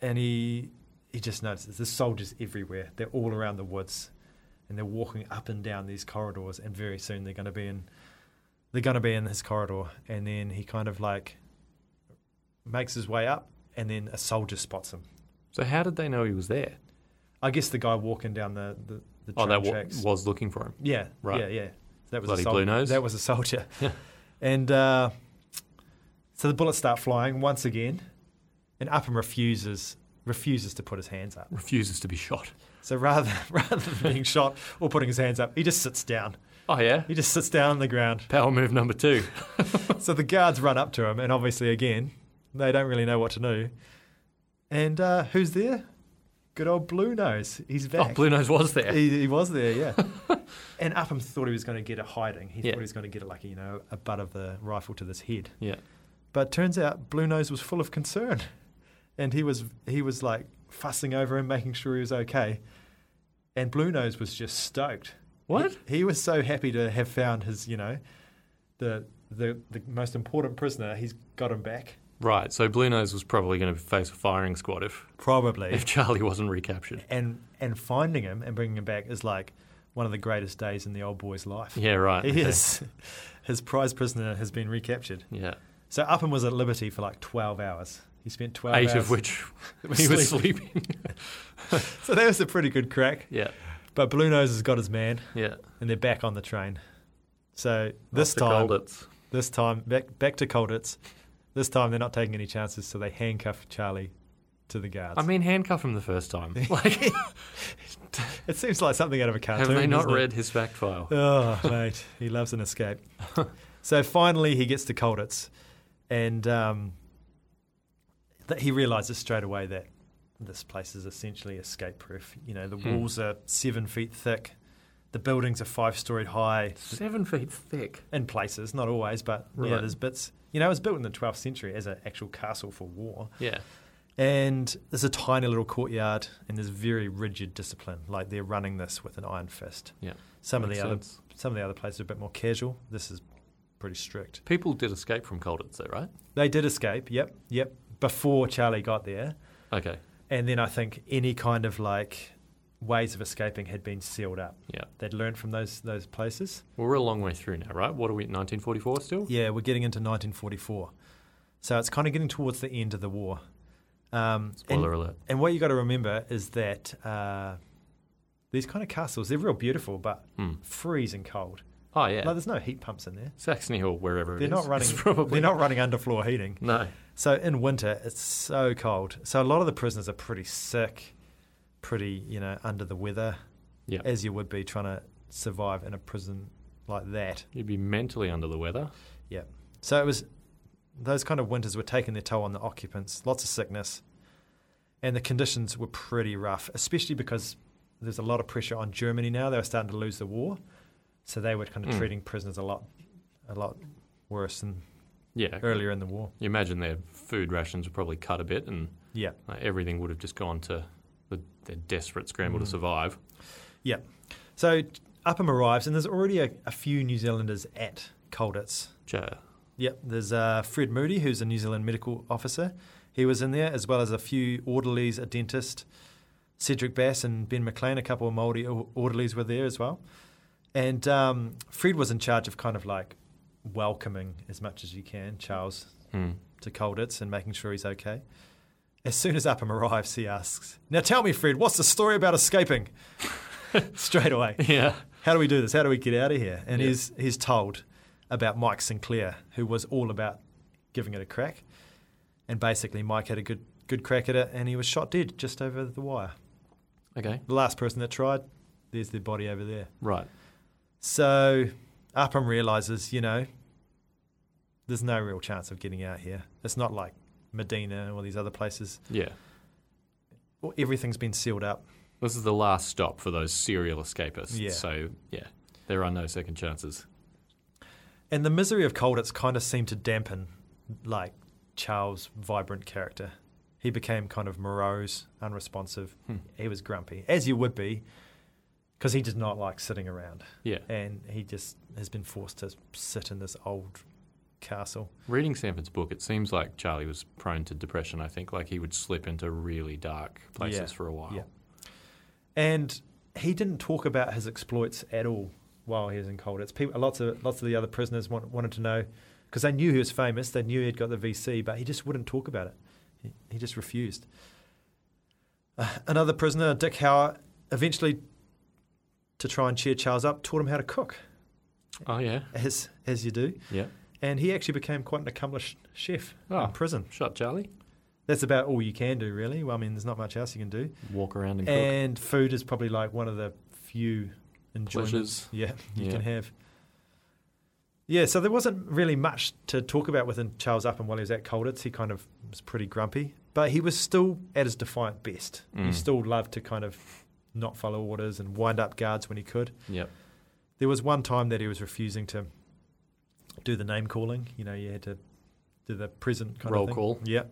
S1: and he he just notices there's soldiers everywhere. They're all around the woods, and they're walking up and down these corridors. And very soon they're going to be in they're going to be in this corridor. And then he kind of like makes his way up, and then a soldier spots him.
S2: So how did they know he was there?
S1: I guess the guy walking down the the, the
S2: Oh,
S1: train
S2: that wa-
S1: tracks.
S2: was looking for him.
S1: Yeah.
S2: Right.
S1: Yeah, yeah. That was
S2: Bloody
S1: a soldier.
S2: blue nose.
S1: That was a soldier. and uh, so the bullets start flying once again, and Upham refuses refuses to put his hands up.
S2: Refuses to be shot.
S1: So rather rather than being shot or putting his hands up, he just sits down.
S2: Oh yeah.
S1: He just sits down on the ground.
S2: Power move number two.
S1: So the guards run up to him, and obviously again, they don't really know what to do. And uh, who's there? Good old Blue Nose. He's back.
S2: Oh, Blue Nose was there.
S1: He, he was there, yeah. and Upham thought he was going to get a hiding. He
S2: Yeah.
S1: thought he was going to get like you know a butt of the rifle to this head.
S2: Yeah.
S1: But turns out Blue Nose was full of concern, and he was he was like fussing over him, making sure he was okay. And Blue Nose was just stoked.
S2: What?
S1: He, he was so happy to have found his you know the the the most important prisoner. He's got him back.
S2: Right. So Blue Nose was probably going to face a firing squad if
S1: Probably.
S2: if Charlie wasn't recaptured.
S1: and and finding him and bringing him back is like one of the greatest days in the old boy's life.
S2: Yeah. Right.
S1: He
S2: okay.
S1: is. His prize prisoner has been recaptured.
S2: Yeah.
S1: So Upham was at liberty for like 12 hours. He spent 12
S2: Eight
S1: hours.
S2: of which
S1: was
S2: he was
S1: sleeping.
S2: sleeping.
S1: So that was a pretty good crack.
S2: yeah.
S1: But Blue Nose has got his man,
S2: Yeah.
S1: and they're back on the train. So this
S2: After
S1: time,
S2: Golditz.
S1: this time back back to Colditz. This time they're not taking any chances, so they handcuff Charlie to the guards.
S2: I mean, handcuff him the first time. Like,
S1: it seems like something out of a cartoon.
S2: have they not
S1: doesn't it?
S2: read his fact file?
S1: Oh, mate, he loves an escape. so finally, he gets to Colditz, and um, that he realizes straight away that this place is essentially escape proof. You know, the
S2: Hmm.
S1: walls are seven feet thick, the buildings are five story high
S2: Seven feet thick.
S1: in places, not always, but yeah,
S2: Right.
S1: there's bits. You know, it was built in the 12th century as an actual castle for war.
S2: Yeah.
S1: And there's a tiny little courtyard, and there's very rigid discipline. Like they're running this with an iron fist.
S2: Yeah.
S1: Some of
S2: Makes
S1: the other
S2: sense.
S1: some of the other places are a bit more casual. This is pretty strict.
S2: People did escape from Colditz, though, right?
S1: They did escape. Yep, yep. Before Charlie got there,
S2: Okay.
S1: and then I think any kind of like ways of escaping had been sealed up.
S2: Yeah.
S1: They'd learned from those those places.
S2: Well, we're a long way through now, right? What are we, 1944 still?
S1: Yeah, we're getting into 1944, so it's kind of getting towards the end of the war. Um, and-
S2: Spoiler alert.
S1: And what you got to remember is that uh, these kind of castles, they're real beautiful, but freezing cold.
S2: Hmm. Oh yeah,
S1: Like, there's no heat pumps in there.
S2: Saxony or wherever it
S1: They're
S2: is,
S1: not running.
S2: it's probably
S1: They're not running underfloor heating.
S2: No,
S1: So in winter, it's so cold. So a lot of the prisoners are pretty sick, pretty you know under the weather,
S2: yeah,
S1: as you would be trying to survive in a prison like that.
S2: you'd be mentally under the weather.
S1: Yeah. So it was those kind of winters were taking their toll on the occupants. Lots of sickness, and the conditions were pretty rough, especially because there's a lot of pressure on Germany now. They were starting to lose the war, so they were kind of
S2: Mm.
S1: treating prisoners a lot, a lot worse than
S2: Yeah,
S1: earlier in the war.
S2: you imagine their food rations were probably cut a bit, and
S1: Yeah.
S2: like, everything would have just gone to the, their desperate scramble
S1: Hmm.
S2: to survive.
S1: Yeah. So Upham arrives, and there's already a, a few New Zealanders at Colditz.
S2: Ja-
S1: Yep, there's uh, Fred Moody, who's a New Zealand medical officer. He was in there, as well as a few orderlies, a dentist. Cedric Bass and Ben McLean, a couple of Māori or- orderlies, were there as well. And um, Fred was in charge of kind of like welcoming as much as you can Charles
S2: Hmm.
S1: to Colditz and making sure he's okay. As soon as Upham arrives, he asks, Now tell me, Fred, what's the story about escaping? Straight away
S2: Yeah,
S1: how do we do this? How do we get out of here? And
S2: Yeah.
S1: he's he's told about Mike Sinclair, who was all about giving it a crack. And basically, Mike had a good good crack at it, and he was shot dead just over the wire.
S2: okay,
S1: The last person that tried, there's their body over there.
S2: right.
S1: So Upham realizes, you know, there's no real chance of getting out here. It's not like Medina or these other places.
S2: Yeah,
S1: Well, everything's been sealed up.
S2: this is the last stop for those serial escapists.
S1: Yeah.
S2: So yeah, there are no second chances.
S1: And the misery of Colditz kind of seemed to dampen, like, Charles' vibrant character. He became kind of morose, unresponsive. He was grumpy, as you would be, because he did not like sitting around.
S2: Yeah,
S1: And he just has been forced to sit in this old castle.
S2: Reading Sanford's book, it seems like Charlie was prone to depression. I think like he would slip into really dark places
S1: Yeah,
S2: for a while.
S1: yeah. And he didn't talk about his exploits at all while he was in Colditz. People, lots of lots of the other prisoners want, wanted to know because they knew he was famous. They knew he'd got the VC, but he just wouldn't talk about it. He, he just refused. Uh, another prisoner, Dick Howard, eventually, to try and cheer Charles up, taught him how to cook,
S2: Oh yeah,
S1: as as you do.
S2: yeah.
S1: And he actually became quite an accomplished chef
S2: Ah.
S1: in prison.
S2: Shot Charlie.
S1: That's about all you can do, really. Well, I mean, there's not much else you can do.
S2: Walk around and, cook.
S1: And food is probably like one of the few enjoyments
S2: Pleasures.
S1: yeah, you
S2: Yeah.
S1: can have. Yeah, so there wasn't really much to talk about within Charles Upham while he was at Colditz. He kind of was pretty grumpy, but he was still at his defiant best. He
S2: Mm.
S1: still loved to kind of not follow orders and wind up guards when he could.
S2: Yep.
S1: There was one time that he was refusing to do the name calling. You know, you had to do the present kind
S2: Roll
S1: of thing.
S2: call.
S1: Yeah.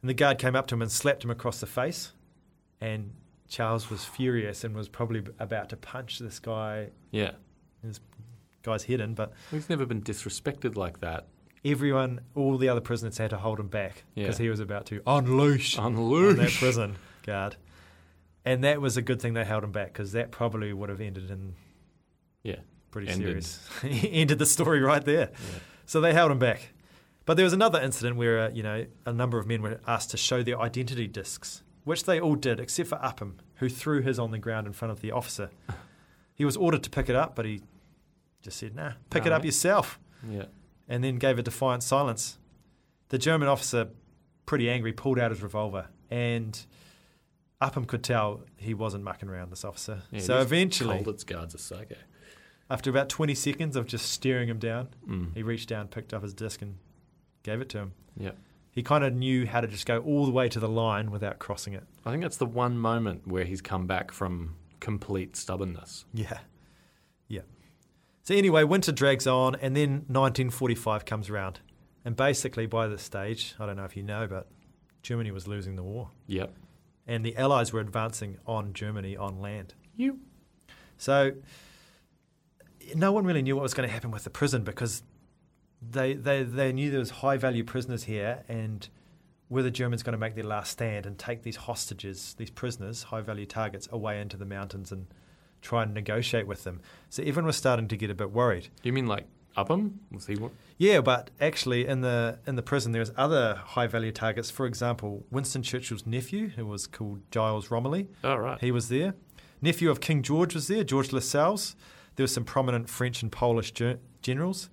S1: And the guard came up to him and slapped him across the face. And Charles was furious and was probably about to punch this guy,
S2: Yeah.
S1: this guy's head in. But
S2: He's never been disrespected like that.
S1: everyone, all the other prisoners had to hold him back because
S2: Yeah.
S1: he was about to unleash on that
S2: Unleashed.
S1: prison guard. And that was a good thing they held him back because that probably would have ended in
S2: Yeah.
S1: pretty
S2: Ended.
S1: serious. ended the story right there. So they held him back. But there was another incident where, uh, you know, a number of men were asked to show their identity discs, which they all did, except for Upham, who threw his on the ground in front of the officer. He was ordered to pick it up, but he just said, nah, pick it
S2: Nah,
S1: up
S2: mate."
S1: yourself,
S2: Yeah.
S1: and then gave a defiant silence. The German officer, pretty angry, pulled out his revolver, and Upham could tell he wasn't mucking around, this officer.
S2: yeah
S1: so
S2: these
S1: eventually,
S2: Colditz guards are psycho.
S1: after about 20 seconds of just staring him down,
S2: Mm.
S1: he reached down, picked up his disc, and gave it to him.
S2: Yeah.
S1: He kind of knew how to just go all the way to the line without crossing it.
S2: I think that's the one moment where he's come back from complete stubbornness.
S1: Yeah. Yeah. So, anyway, winter drags on, and then 1945 comes around. And basically, by this stage, I don't know if you know, but Germany was losing the war,
S2: Yep.
S1: and the Allies were advancing on Germany on land.
S2: You.
S1: So no one really knew what was going to happen with the prison because they they, they knew there was high value prisoners here and were the Germans going to make their last stand and take these hostages, these prisoners, high value targets, away into the mountains and try and negotiate with them. So everyone was starting to get a bit worried.
S2: You mean like Upham? Was he? what-
S1: Yeah, but actually in the in the prison there was other high value targets. For example, Winston Churchill's nephew, who was called Giles Romilly,
S2: Oh right.
S1: he was there. Nephew of King George was there, George Lascelles. There was some prominent French and Polish ger- generals,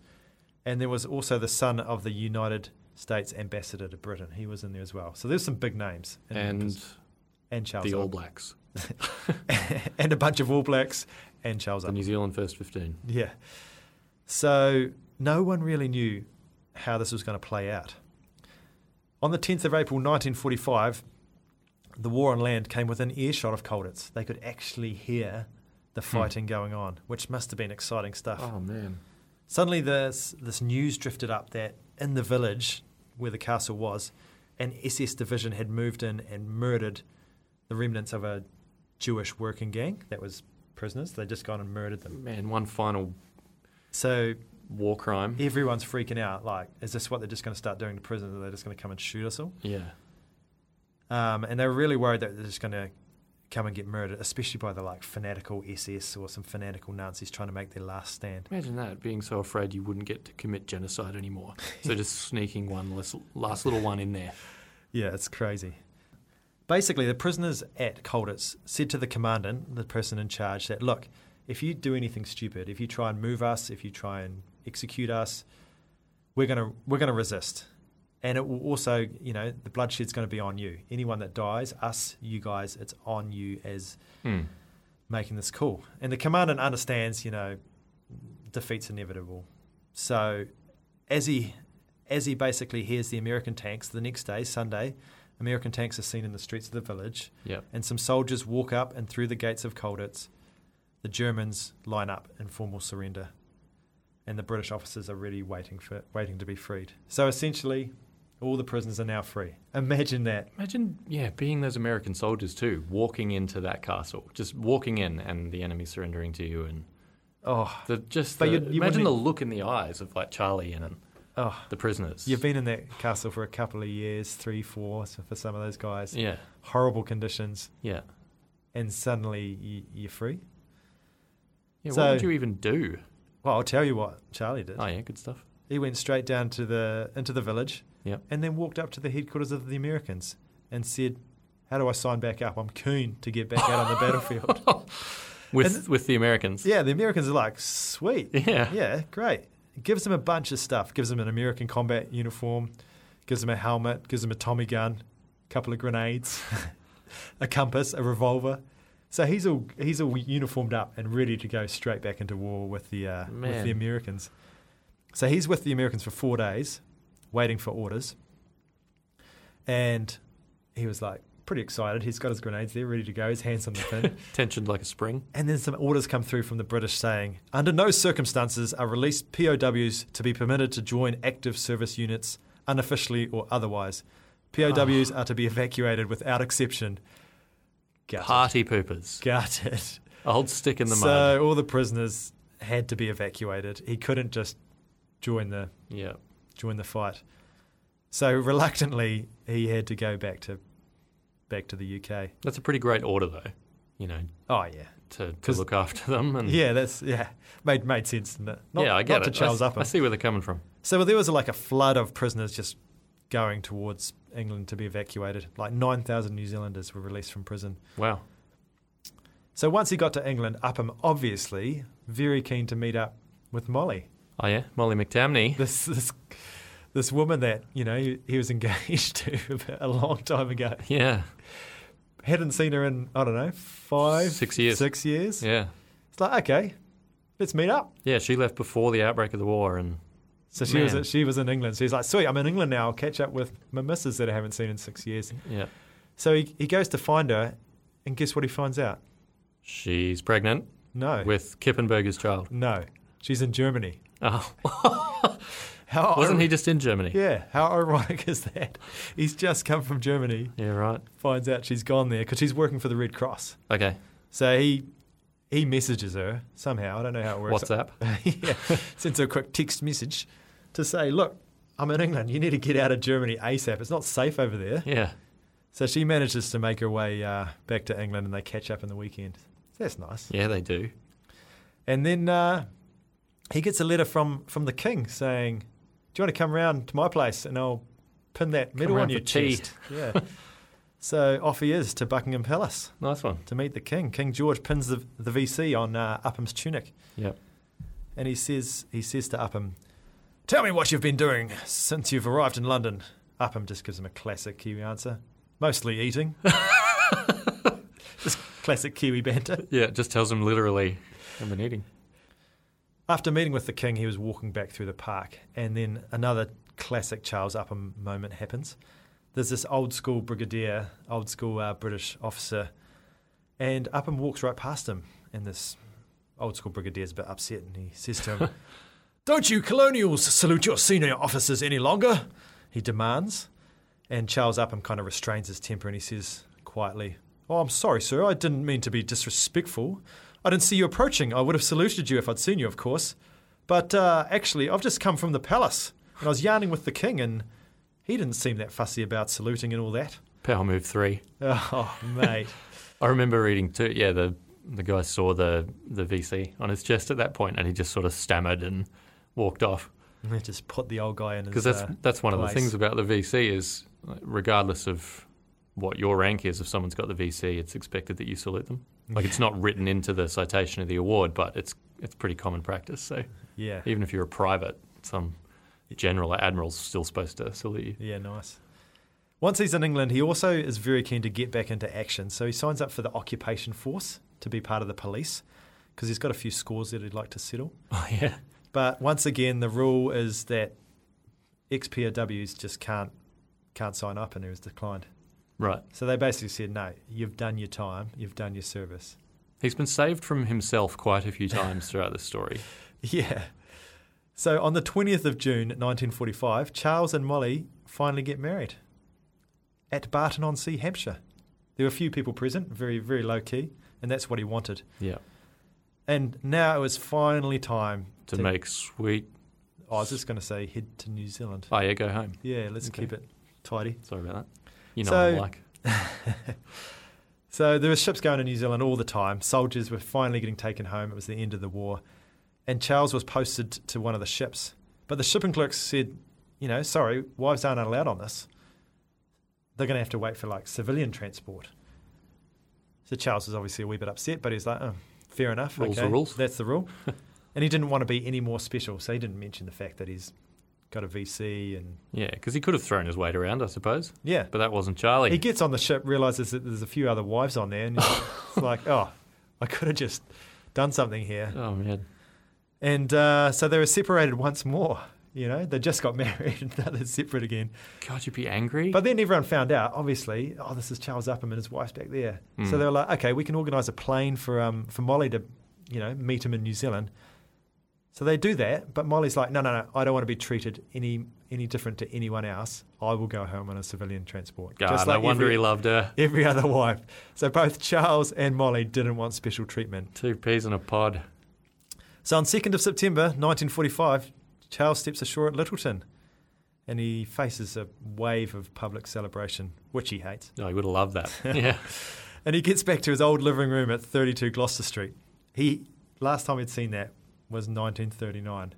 S1: and there was also the son of the United States ambassador to Britain. He was in there as well. So there's some big names. in the
S3: and
S1: pres- and Charles
S3: the All
S1: Old-
S3: Blacks,
S1: and a bunch of All Blacks and Charles
S3: the
S1: Old-
S3: New Zealand first fifteen.
S1: Yeah. So no one really knew how this was going to play out. On the 10th of April 1945, the war on land came within earshot of Colditz. They could actually hear the fighting going on, which must have been exciting stuff.
S3: Oh man,
S1: Suddenly, this, this news drifted up that in the village where the castle was, an SS division had moved in and murdered the remnants of a Jewish working gang that was prisoners. They'd just gone and murdered them.
S3: man, one final
S1: So
S3: war crime.
S1: everyone's freaking out. Like, is this what they're just going to start doing to prisoners? Are they just going to come and shoot us all?
S3: Yeah,
S1: Um, and they were really worried that they're just going to come and get murdered, especially by the like fanatical SS or some fanatical Nazis trying to make their last stand.
S3: imagine that being so afraid you wouldn't get to commit genocide anymore. So just sneaking one last, last little one in there.
S1: Yeah, it's crazy. Basically, the prisoners at Colditz said to the commandant, the person in charge, that look, if you do anything stupid, if you try and move us, if you try and execute us, we're gonna we're gonna resist, and it will also, you know, the bloodshed's gonna be on you. Anyone that dies, us, you guys, it's on you as
S2: Hmm.
S1: making this call. And the commandant understands, you know, defeat's inevitable. So as he as he basically hears the American tanks the next day, Sunday, American tanks are seen in the streets of the village,
S3: Yep.
S1: and some soldiers walk up and through the gates of Colditz. The Germans line up in formal surrender, and the British officers are ready, waiting for waiting to be freed. So essentially, all the prisoners are now free. Imagine that.
S3: Imagine, yeah,
S2: Being those American soldiers too, walking into that castle, just walking in, and the enemy surrendering to you, and
S1: Oh,
S2: the just
S1: But
S2: the,
S1: you'd- you
S2: imagine
S1: wouldn't- e-
S2: the look in the eyes of like Charlie and
S1: oh.
S2: the prisoners.
S1: You've been in that castle for a couple of years, three, four, so for some of those guys.
S2: yeah,
S1: Horrible conditions,
S2: yeah.
S1: and suddenly you, you're free.
S2: Yeah,
S1: So-
S2: what would you even do?
S1: Well, I'll tell you what Charlie did.
S2: Oh yeah, good stuff.
S1: He went straight down to the into the village,
S2: Yep.
S1: and then walked up to the headquarters of the Americans and said, "How do I sign back up? I'm keen to get back out on the battlefield."
S2: With
S1: And-
S2: with the Americans.
S1: Yeah, the Americans are like, "Sweet,
S2: Yeah.
S1: yeah, great." Gives them a bunch of stuff. Gives them an American combat uniform, gives them a helmet, gives them a Tommy gun, a couple of grenades, a compass, a revolver. So he's all he's all uniformed up and ready to go straight back into war with the uh, with
S2: Man.
S1: the Americans. So he's with the Americans for four days, waiting for orders. And he was like pretty excited. He's got his grenades there, ready to go. His hands on the pin.
S2: Tensioned like a spring.
S1: And then some orders come through from the British saying, under no circumstances are released POWs to be permitted to join active service units, unofficially or otherwise. POWs are to be evacuated without exception. Gutted.
S2: Party poopers.
S1: Gutted.
S2: Old stick in the mud.
S1: So all the prisoners had to be evacuated. He couldn't just join the
S2: Yeah.
S1: join the fight. So reluctantly, he had to go back to back to the UK.
S2: That's a pretty great order though. You know,
S1: Oh yeah,
S2: to, to
S1: 'Cause-
S2: look after them and
S1: yeah. That's yeah. Made made sense. didn't it? Not,
S2: Hmm. yeah, I get
S1: not
S2: it.
S1: to Charles
S2: I,
S1: Upham.
S2: I see where they're coming from.
S1: So there was like a flood of prisoners just going towards England to be evacuated. Like 9,000 New Zealanders were released from prison.
S2: Wow.
S1: So once he got to England, Upham obviously very keen to meet up with Molly.
S2: Oh yeah, Molly McTamney.
S1: This this this woman that, you know, he, he was engaged to a long time ago.
S2: yeah,
S1: Hadn't seen her in, I don't know, five,
S2: Six years.
S1: Six years.
S2: yeah,
S1: It's like, okay, let's meet up.
S2: yeah. She left before the outbreak of the war, and
S1: So she
S2: Man.
S1: was, she was in England. She's like, sweet, I'm in England now. I'll catch up with my missus that I haven't seen in six years.
S2: yeah,
S1: So he, he goes to find her, and guess what he finds out?
S2: she's pregnant
S1: No.
S2: with Kippenberger's child.
S1: no. She's in Germany.
S2: Oh,
S1: How
S2: wasn't
S1: ir-
S2: he just in Germany?
S1: Yeah. How ironic is that? He's just come from Germany,
S2: Yeah, right.
S1: finds out she's gone there because she's working for the Red Cross.
S2: Okay,
S1: So he he messages her somehow. I don't know how it works.
S2: WhatsApp.
S1: yeah. Sends her a quick text message to say, look, I'm in England. You need to get out of Germany ASAP. It's not safe over there.
S2: Yeah,
S1: So she manages to make her way uh, back to England and they catch up in the weekend. That's nice.
S2: yeah, they do.
S1: And then uh, he gets a letter from from the king saying, "Do you want to come round to my place and I'll pin that medal
S2: round
S1: on your
S2: for tea."
S1: chest?" Yeah. So off he is to Buckingham Palace
S2: Nice one.
S1: to meet the king. King George pins the, the VC on uh, Upham's tunic,
S2: Yep.
S1: and he says he says to Upham, "Tell me what you've been doing since you've arrived in London." Upham just gives him a classic Kiwi answer, mostly eating. just classic Kiwi banter.
S2: Yeah, it just tells him literally, I've been eating.
S1: After meeting with the king, he was walking back through the park, and then another classic Charles Upham moment happens. There's this old school brigadier, old school uh, British officer, and Upham walks right past him, and this old school brigadier's a bit upset, and he says to him, "Don't you colonials salute your senior officers any longer?" He demands, and Charles Upham kind of restrains his temper, and he says quietly, "Oh, I'm sorry, sir. I didn't mean to be disrespectful." I didn't see you approaching. I would have saluted you if I'd seen you, of course. But uh, actually, I've just come from the palace and I was yarning with the king, and he didn't seem that fussy about saluting and all that.
S2: Power move three.
S1: Oh, mate.
S2: I remember reading too. Yeah, the the guy saw the the VC on his chest at that point, and he just sort of stammered and walked off.
S1: They just put the old guy in his.
S2: Because that's
S1: uh,
S2: that's one of the
S1: place.
S2: things about the VC is, like, regardless of what your rank is, if someone's got the VC, it's expected that you salute them. Like it's not written into the citation of the award, but it's it's pretty common practice. So
S1: Yeah.
S2: even if you're a private, some general or admiral's still supposed to salute you.
S1: Yeah, nice. Once he's in England, he also is very keen to get back into action. So he signs up for the occupation force to be part of the police because he's got a few scores that he'd like to settle.
S2: Oh yeah,
S1: But once again, the rule is that ex-POWs just can't can't sign up, and it was declined.
S2: right.
S1: So they basically said, "No, you've done your time, you've done your service."
S2: He's been saved from himself quite a few times throughout this story.
S1: Yeah. So on the twentieth of June, nineteen forty-five, Charles and Molly finally get married at Barton on Sea, Hampshire. There were a few people present, very very low key, and that's what he wanted.
S2: Yeah.
S1: And now it was finally time
S2: to make sweet.
S1: I was just going to say head to New Zealand.
S2: Oh yeah, go home.
S1: Yeah, let's
S2: Okay.
S1: keep it tidy.
S2: Sorry about that. You know
S1: So-
S2: what I'm like.
S1: So there were ships going to New Zealand all the time. Soldiers were finally getting taken home. It was the end of the war. And Charles was posted to one of the ships. But the shipping clerks said, you know, sorry, wives aren't allowed on this. They're going to have to wait for like civilian transport. So Charles was obviously a wee bit upset, but he's like, oh, fair enough.
S2: Rules are
S1: okay,
S2: rules."
S1: That's the rule. and he didn't want to be any more special. So he didn't mention the fact that he's got a VC and
S2: Yeah, because he could have thrown his weight around, I suppose.
S1: yeah.
S2: But that wasn't Charlie.
S1: He gets on the ship, realizes that there's a few other wives on there, and it's like, oh, I could have just done something here.
S2: oh man.
S1: And uh, so they were separated once more. You know, they just got married, and now they're separate again.
S2: God, you'd be angry.
S1: But then everyone found out, obviously, oh, this is Charles Upham and his wife's back there.
S2: Hmm.
S1: So they were like, okay, we can organize a plane for um, for Molly to, you know, meet him in New Zealand. So they do that, but Molly's like, no, no, no, I don't want to be treated any any different to anyone else. I will go home on a civilian transport.
S2: God,
S1: Just
S2: no
S1: like
S2: wonder
S1: every-
S2: he loved her.
S1: every other wife. So both Charles and Molly didn't want special treatment.
S2: Two peas in a pod.
S1: So on 2nd of September 1945, Charles steps ashore at Littleton and he faces a wave of public celebration, which he hates.
S2: No, Oh, he would have loved that. yeah.
S1: And he gets back to his old living room at 32 Gloucester Street. He last time he'd seen that was 1939.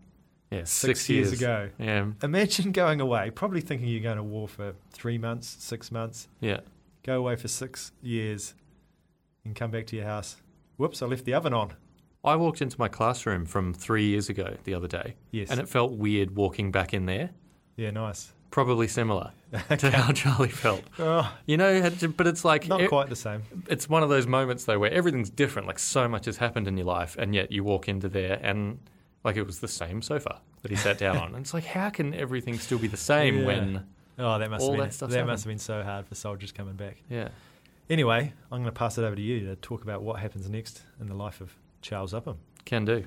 S2: Yeah. Six,
S1: Six years ago.
S2: Yeah.
S1: Imagine going away, probably thinking you're going to war for three months, six months,
S2: Yeah.
S1: go away for six years and come back to your house. Whoops, I left the oven on.
S2: I walked into my classroom from three years ago the other day.
S1: Yes.
S2: And it felt weird walking back in there.
S1: Yeah, nice.
S2: Probably similar to how Charlie felt.
S1: Oh,
S2: You know, but it's like
S1: not
S2: e-
S1: quite the same.
S2: it's one of those moments though where everything's different like so much has happened in your life and yet you walk into there and like it was the same sofa that he sat down on and it's like how can everything still be the same
S1: Yeah.
S2: when
S1: Oh, that must
S2: All
S1: have been,
S2: that stuff's
S1: that
S2: happened.
S1: must have been so hard for soldiers coming back.
S2: yeah
S1: Anyway, I'm going to pass it over to you to talk about what happens next in the life of Charles Upham.
S2: can do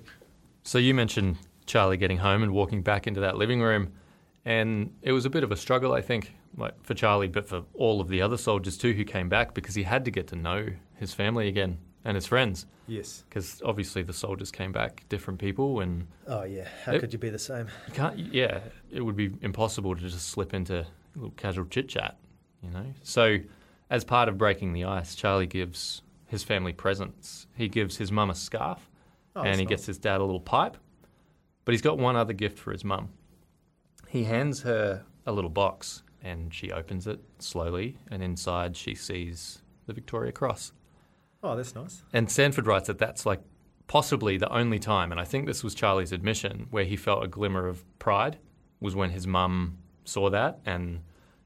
S2: so you mentioned charlie getting home and walking back into that living room and it was a bit of a struggle i think like for charlie but for all of the other soldiers too who came back because he had to get to know his family again and his friends
S1: Yes.
S2: because obviously the soldiers came back different people and
S1: Oh yeah. How
S2: Yep.
S1: could you be the same?
S2: You can't. Yeah, it would be impossible to just slip into a little casual chit chat, you know. So, as part of breaking the ice, Charlie gives his family presents. He gives his mum a scarf,
S1: Oh,
S2: and
S1: that's
S2: he
S1: nice.
S2: gets his dad a little pipe. But he's got one other gift for his mum. He hands her a little box, and she opens it slowly, and inside she sees the Victoria Cross.
S1: Oh, that's nice.
S2: And Sanford writes that that's like possibly the only time, and I think this was Charlie's admission, where he felt a glimmer of pride was when his mum saw that, and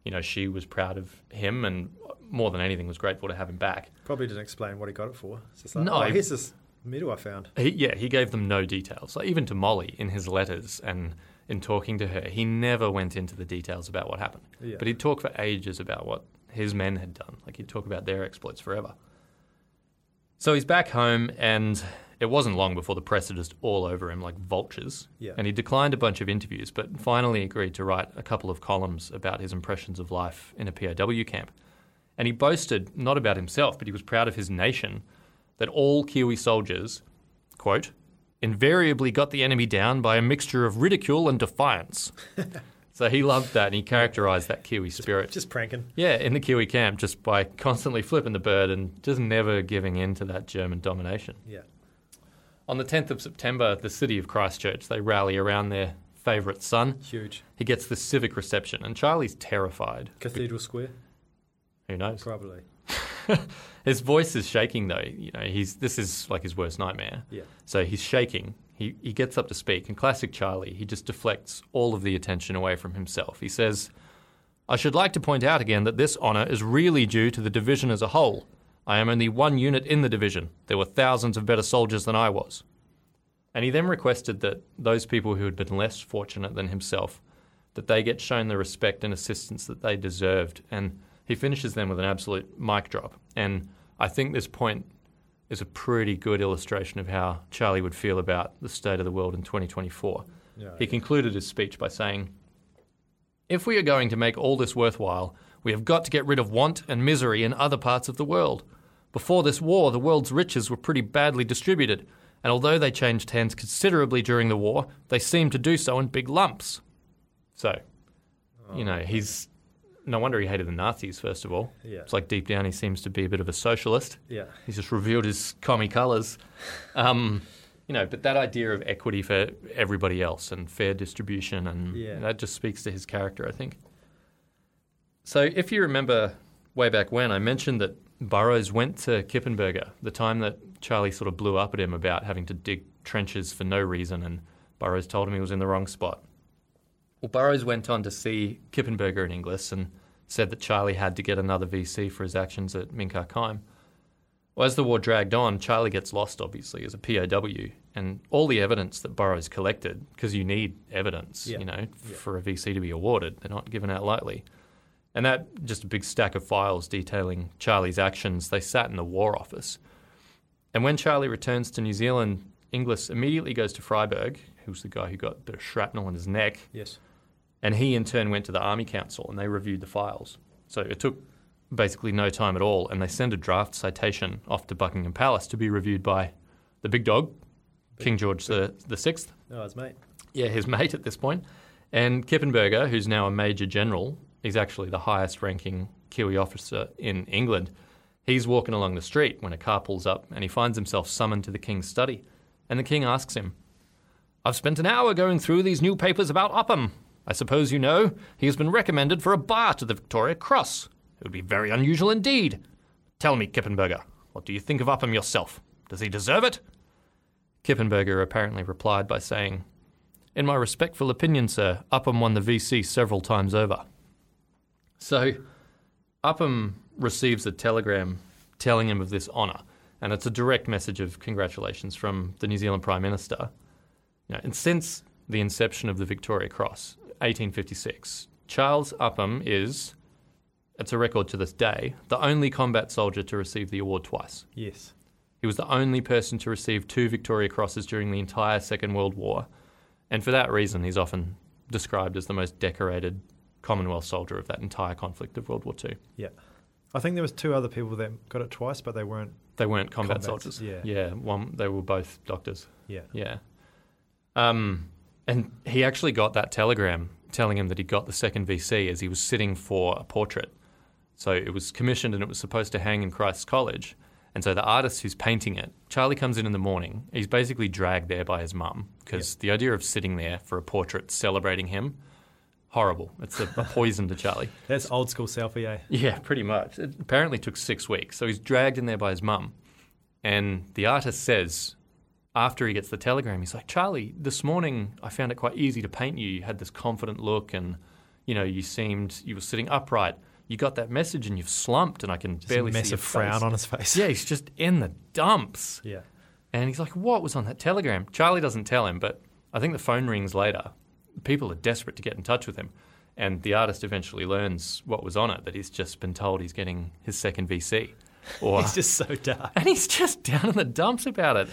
S2: you know she was proud of him, and more than anything was grateful to have him back.
S1: Probably didn't explain what he got it for. It's just like,
S2: No,
S1: oh,
S2: he-
S1: here's this medal I found.
S2: He, yeah, he gave them no details. Like even to Molly in his letters and in talking to her, he never went into the details about what happened.
S1: Yeah.
S2: But he'd talk for ages about what his men had done. Like he'd talk about their exploits forever. So he's back home, and it wasn't long before the press are just all over him like vultures.
S1: Yeah.
S2: And he declined a bunch of interviews, but finally agreed to write a couple of columns about his impressions of life in a POW camp. And he boasted, not about himself, but he was proud of his nation, that all Kiwi soldiers, quote, invariably got the enemy down by a mixture of ridicule and defiance. so he loved that, and he characterized that Kiwi spirit.
S1: Just pranking.
S2: Yeah, in the Kiwi camp, just by constantly flipping the bird and just never giving in to that German domination.
S1: Yeah.
S2: On the 10th of September, the city of Christchurch, they rally around their favourite son.
S1: Huge.
S2: He gets the civic reception, and Charlie's terrified.
S1: Cathedral Square?
S2: Who knows?
S1: Probably.
S2: His voice is shaking, though. You know, he's this is like his worst nightmare.
S1: Yeah.
S2: So he's shaking. He, he gets up to speak, and classic Charlie, he just deflects all of the attention away from himself. He says, I should like to point out again that this honour is really due to the division as a whole. I am only one unit in the division. There were thousands of better soldiers than I was. And he then requested that those people who had been less fortunate than himself, that they get shown the respect and assistance that they deserved. And he finishes them with an absolute mic drop. And I think this point is a pretty good illustration of how Charlie would feel about the state of the world in 2024.
S1: Yeah,
S2: he concluded his speech by saying, if we are going to make all this worthwhile, we have got to get rid of want and misery in other parts of the world. Before this war, the world's riches were pretty badly distributed, and although they changed hands considerably during the war, they seemed to do so in big lumps. So, you know, he's no wonder he hated the Nazis, first of all.
S1: Yeah.
S2: It's like deep down he seems to be a bit of a socialist.
S1: Yeah.
S2: He's just revealed his commie colours. Um, you know, but that idea of equity for everybody else and fair distribution and
S1: Yeah.
S2: that just speaks to his character, I think. So if you remember way back when, I mentioned that Burroughs went to Kippenberger the time that Charlie sort of blew up at him about having to dig trenches for no reason and Burroughs told him he was in the wrong spot. Well, Burroughs went on to see Kippenberger in Inglis and said that Charlie had to get another VC for his actions at Minkar Kime. Well, as the war dragged on, Charlie gets lost, obviously, as a POW, and all the evidence that Burroughs collected, because you need evidence,
S1: Yeah.
S2: you know, for a VC to be awarded. They're not given out lightly. And that, just a big stack of files detailing Charlie's actions, they sat in the War Office. And when Charlie returns to New Zealand, Inglis immediately goes to Freiburg, who's the guy who got a bit of shrapnel in his neck,
S1: Yes.
S2: and he in turn went to the Army Council and they reviewed the files. So it took basically no time at all, and they send a draft citation off to Buckingham Palace to be reviewed by the big dog, King George the, the Sixth.
S1: No, it's mate.
S2: Yeah, his mate at this point, and Kippenberger, who's now a major general, he's actually the highest-ranking Kiwi officer in England. He's walking along the street when a car pulls up, and he finds himself summoned to the king's study. And the king asks him, I've spent an hour going through these new papers about Upham. I suppose you know he has been recommended for a bar to the Victoria Cross. It would be very unusual indeed. Tell me, Kippenberger, what do you think of Upham yourself? Does he deserve it? Kippenberger apparently replied by saying, In my respectful opinion, sir, Upham won the VC several times over. So, Upham receives a telegram telling him of this honour, and it's a direct message of congratulations from the New Zealand Prime Minister. You know, and since the inception of the Victoria Cross, 1856, Charles Upham is, it's a record to this day, the only combat soldier to receive the award twice.
S1: Yes.
S2: He was the only person to receive two Victoria Crosses during the entire Second World War, and for that reason, he's often described as the most decorated Commonwealth soldier of that entire conflict of World War II.
S1: Yeah. I think there was two other people that got it twice, but they weren't.
S2: They weren't combat
S1: Combats,
S2: soldiers.
S1: yeah.
S2: yeah. One, they were both doctors.
S1: Yeah.
S2: Yeah. Um, and he actually got that telegram telling him that he got the second VC as he was sitting for a portrait. So it was commissioned and it was supposed to hang in Christ's College. And so the artist who's painting it, Charlie comes in in the morning. He's basically dragged there by his mum because the idea of sitting there for a portrait celebrating him horrible. It's a, a poison to Charlie.
S1: That's old school selfie, eh?
S2: Yeah, pretty much. It apparently took six weeks. So he's dragged in there by his mum. And the artist says, after he gets the telegram, he's like, Charlie, this morning I found it quite easy to paint you. You had this confident look and, you know, you seemed, you were sitting upright. You got that message and you've slumped and I can
S1: Just
S2: barely
S1: a
S2: see your
S1: massive frown
S2: face."
S1: on his face.
S2: Yeah, he's just in the dumps.
S1: Yeah.
S2: And he's like, What was on that telegram? Charlie doesn't tell him, but I think the phone rings later. People are desperate to get in touch with him. And the artist eventually learns what was on it that he's just been told he's getting his second VC. Or,
S1: He's just so dark.
S2: and he's just down in the dumps about it.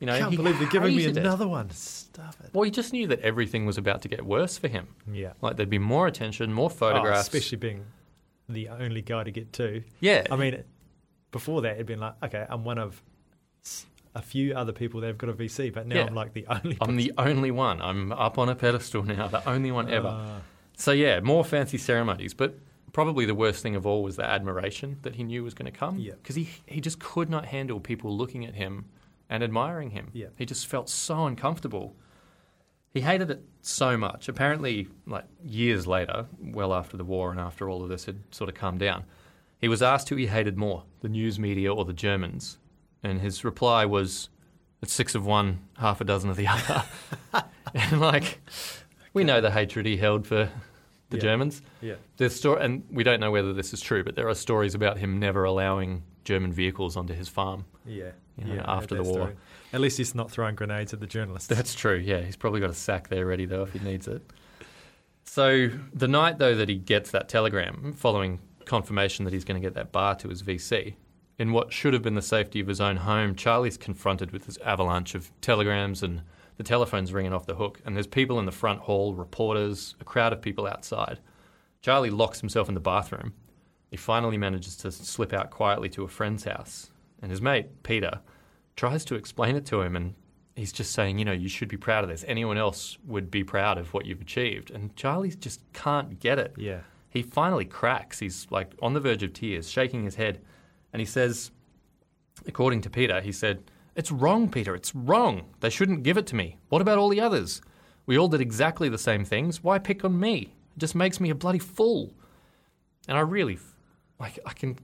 S2: You know,
S1: I can't
S2: he
S1: believe they're giving me
S2: hated it.
S1: another one. Stop it.
S2: Well, he just knew that everything was about to get worse for him.
S1: Yeah.
S2: Like there'd be more attention, more
S1: Oh,
S2: photographs.
S1: especially being the only guy to get two.
S2: yeah.
S1: I mean, before that, it'd been like, okay, I'm one of s- a few other people that have got a VC, but now
S2: Yeah.
S1: I'm like the only.
S2: I'm the only one. I'm up on a pedestal now, the only one ever.
S1: Uh,
S2: So yeah, more fancy ceremonies, but probably the worst thing of all was the admiration that he knew was going to come.
S1: Yeah.
S2: because he he just could not handle people looking at him and admiring him.
S1: Yeah.
S2: he just felt so uncomfortable. He hated it so much. Apparently, like years later, well after the war and after all of this had sort of calmed down, he was asked who he hated more, the news media or the Germans, and his reply was, "It's six of one, half a dozen of the other." and like, we know the hatred he held for the
S1: Yeah.
S2: Germans.
S1: yeah.
S2: There's story, and we don't know whether this is true, but there are stories about him never allowing German vehicles onto his farm.
S1: Yeah.
S2: You know,
S1: yeah, I heard
S2: after the
S1: that
S2: war.
S1: story. At least he's not throwing grenades at the journalists.
S2: That's true. Yeah, he's probably got a sack there ready though if he needs it. So the night though that he gets that telegram, following confirmation that he's going to get that bar to his VC, in what should have been the safety of his own home, Charlie's confronted with this avalanche of telegrams and the telephone's ringing off the hook. And there's people in the front hall, reporters, a crowd of people outside. Charlie locks himself in the bathroom. He finally manages to slip out quietly to a friend's house, and his mate, Peter, tries to explain it to him, and he's just saying, You know, you should be proud of this. Anyone else would be proud of what you've achieved. And Charlie just can't get it.
S1: yeah.
S2: He finally cracks. He's like on the verge of tears, shaking his head, and he says, according to Peter, he said, It's wrong, Peter. It's wrong. They shouldn't give it to me. What about all the others? We all did exactly the same things. Why pick on me? It just makes me a bloody fool. And I really, like, I can,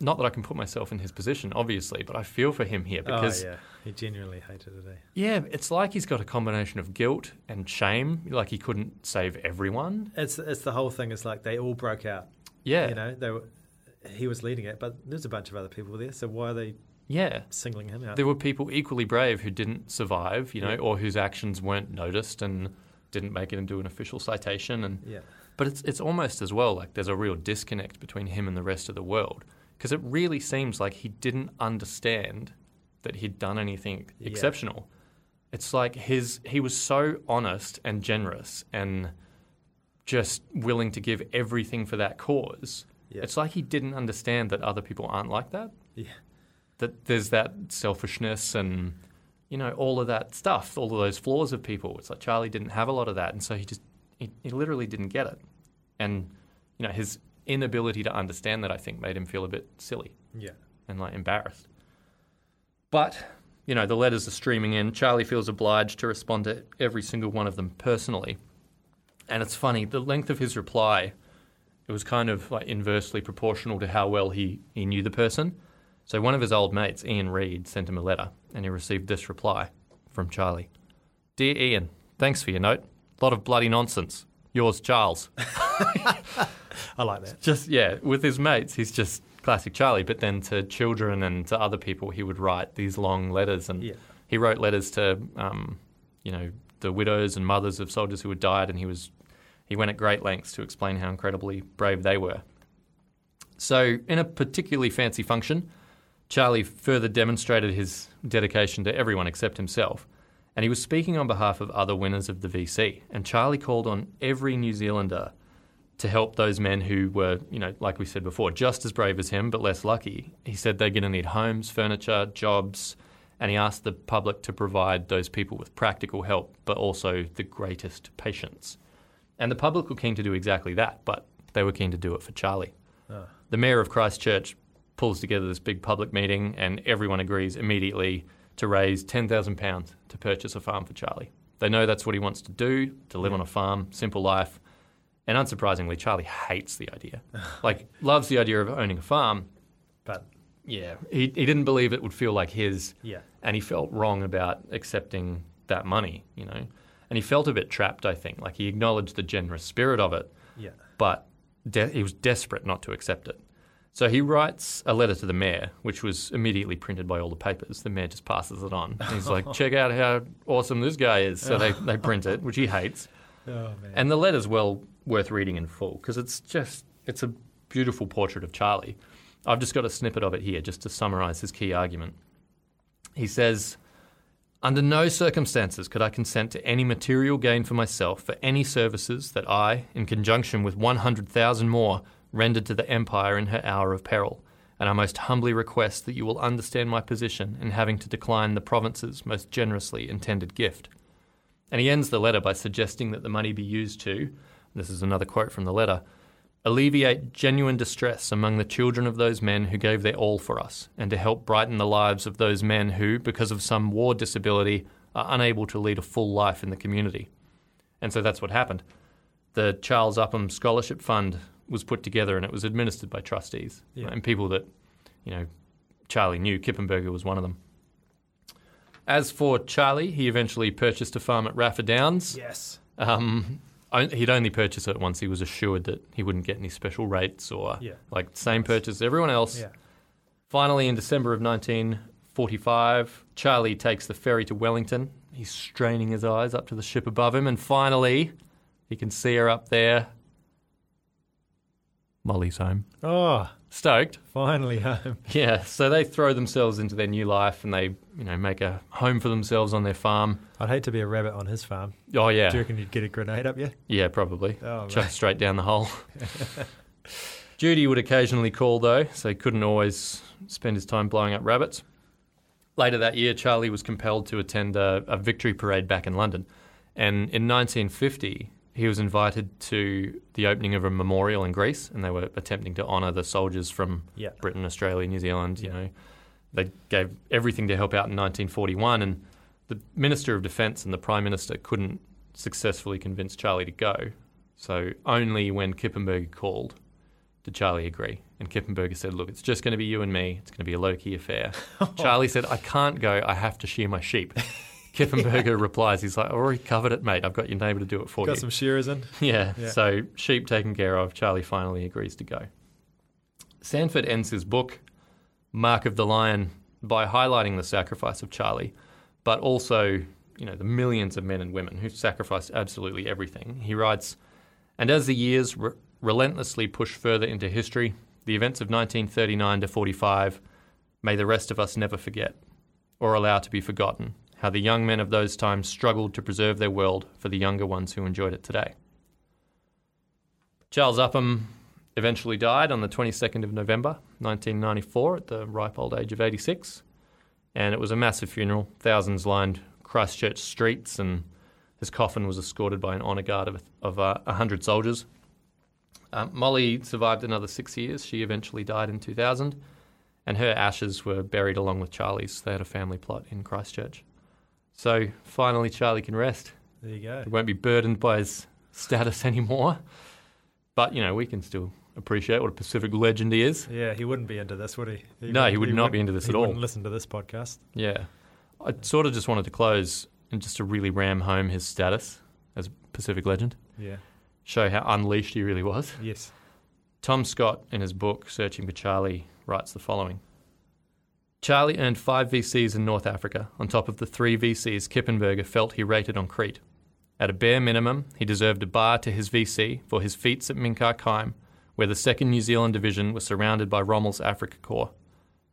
S2: not that I can put myself in his position, obviously, but I feel for him here because
S1: oh, yeah. He genuinely hated it. Eh?
S2: yeah, it's like he's got a combination of guilt and shame. Like he couldn't save everyone.
S1: It's it's the whole thing. It's like they all broke out.
S2: Yeah,
S1: You know, they were, he was leading it, but there's a bunch of other people there. So why are they
S2: yeah.
S1: singling him out?
S2: There were people equally brave who didn't survive, you know, or whose actions weren't noticed and didn't make it into an official citation. And
S1: yeah.
S2: but it's it's almost as well like there's a real disconnect between him and the rest of the world because it really seems like he didn't understand that he'd done anything
S1: Yeah.
S2: exceptional. It's like his he was so honest and generous and just willing to give everything for that cause.
S1: Yeah.
S2: It's like he didn't understand that other people aren't like that
S1: Yeah.
S2: that there's that selfishness and you know all of that stuff, all of those flaws of people. It's like Charlie didn't have a lot of that, and so he just he, he literally didn't get it, and you know his inability to understand that I think made him feel a bit silly
S1: Yeah.
S2: and like embarrassed. But you know the letters are streaming in. Charlie feels obliged to respond to every single one of them personally, and it's funny the length of his reply. It was kind of like inversely proportional to how well he, he knew the person. So one of his old mates, Ian Reed, sent him a letter, and he received this reply from Charlie. Dear Ian, thanks for your note. Lot of bloody nonsense. Yours, Charles.
S1: I like that.
S2: Just yeah, with his mates, he's just classic Charlie. But then to children and to other people, he would write these long letters, and
S1: Yeah.
S2: he wrote letters to, um, you know, the widows and mothers of soldiers who had died, and he was, he went at great lengths to explain how incredibly brave they were. So in a particularly fancy function, Charlie further demonstrated his dedication to everyone except himself. And he was speaking on behalf of other winners of the VC. And Charlie called on every New Zealander to help those men who were, you know, like we said before, just as brave as him, but less lucky. He said they're going to need homes, furniture, jobs, and he asked the public to provide those people with practical help, but also the greatest patience. And the public were keen to do exactly that, but they were keen to do it for Charlie. The mayor of Christchurch pulls together this big public meeting, and everyone agrees immediately to raise £10,000 to purchase a farm for Charlie. They know that's what he wants to do to live on a farm, simple life And unsurprisingly, Charlie hates the idea. Like, loves the idea of owning a farm.
S1: But
S2: Yeah. He, he didn't believe it would feel like his.
S1: yeah,
S2: And he felt wrong about accepting that money, you know? And he felt a bit trapped, I think. Like, he acknowledged the generous spirit of it,
S1: yeah,
S2: but de- he was desperate not to accept it. So he writes a letter to the mayor, which was immediately printed by all the papers. The mayor just passes it on. And He's like, check out how awesome this guy is. So they, they print it, which he hates.
S1: oh man,
S2: And the letter's well worth reading in full because it's just, it's a beautiful portrait of Charlie. I've just got a snippet of it here just to summarize his key argument. He says, Under no circumstances could I consent to any material gain for myself for any services that I, in conjunction with 100,000 more, rendered to the Empire in her hour of peril. And I most humbly request that you will understand my position in having to decline the province's most generously intended gift. And he ends the letter by suggesting that the money be used to, and this is another quote from the letter, alleviate genuine distress among the children of those men who gave their all for us, and to help brighten the lives of those men who, because of some war disability, are unable to lead a full life in the community. And so that's what happened. The Charles Upham Scholarship Fund was put together and it was administered by trustees
S1: Yeah.
S2: and people that, you know, Charlie knew. Kippenberger was one of them. As for Charlie, he eventually purchased a farm at Raffa Downs.
S1: yes,
S2: Um, on- he'd only purchase it once. He was assured that he wouldn't get any special rates or
S1: Yeah.
S2: like same purchase as everyone else.
S1: yeah,
S2: Finally, in December of 1945, Charlie takes the ferry to Wellington. He's straining his eyes up to the ship above him, and finally, he can see her up there. Molly's home.
S1: oh,
S2: Stoked.
S1: finally home,
S2: Yeah, so they throw themselves into their new life and they, you know, make a home for themselves on their farm.
S1: I'd hate to be a rabbit on his farm.
S2: Oh yeah.
S1: Do you reckon you'd get a grenade up you?
S2: Yeah, probably.
S1: Oh,
S2: Chuck straight down the hole. Judy would occasionally call, though, so he couldn't always spend his time blowing up rabbits. Later that year, Charlie was compelled to attend a, a victory parade back in London. And in 1950, he was invited to the opening of a memorial in Greece, and they were attempting to honour the soldiers from
S1: Yeah.
S2: Britain, Australia, New Zealand. You know, they gave everything to help out in 1941, and the Minister of Defence and the Prime Minister couldn't successfully convince Charlie to go. So only when Kippenberger called did Charlie agree. And Kippenberger said, "Look, it's just going to be you and me. It's going to be a low-key affair." Charlie said, "I can't go. I have to shear my sheep." Kippenberger replies, "He's like, I already covered it, mate. I've got your neighbour to do it for
S1: Got
S2: you."
S1: some shearers in.
S2: Yeah,
S1: Yeah.
S2: So sheep taken care of. Charlie finally agrees to go. Sanford ends his book, Mark of the Lion, by highlighting the sacrifice of Charlie, but also, you know, the millions of men and women who sacrificed absolutely everything. He writes, and as the years re- relentlessly push further into history, the events of 1939 to 45, may the rest of us never forget or allow to be forgotten how the young men of those times struggled to preserve their world for the younger ones who enjoyed it today. Charles Upham eventually died on the 22nd of November 1994 at the ripe old age of 86. And it was a massive funeral. Thousands lined Christchurch streets, and his coffin was escorted by an honour guard of, of uh, 100 soldiers. Um, Molly survived another six years. She eventually died in 2000, and her ashes were buried along with Charlie's. They had a family plot in Christchurch. So finally, Charlie can rest.
S1: There you go.
S2: He won't be burdened by his status anymore. But, you know, we can still appreciate what a Pacific legend he is.
S1: Yeah, he wouldn't be into this, would he?
S2: No,
S1: wouldn't-
S2: he would not
S1: wouldn't-
S2: be into this
S1: he
S2: at all.
S1: wouldn't Listen to this podcast.
S2: Yeah. I sort of just wanted to close and just to really ram home his status as a Pacific legend,
S1: Yeah.
S2: show how unleashed he really was.
S1: Yes.
S2: Tom Scott, in his book Searching for Charlie, writes the following Charlie earned five VCs in North Africa, on top of the three VCs Kippenberger felt he rated on Crete. At a bare minimum, he deserved a bar to his VC for his feats at Minkar Kime, where the 2nd New Zealand Division was surrounded by Rommel's Africa Corps.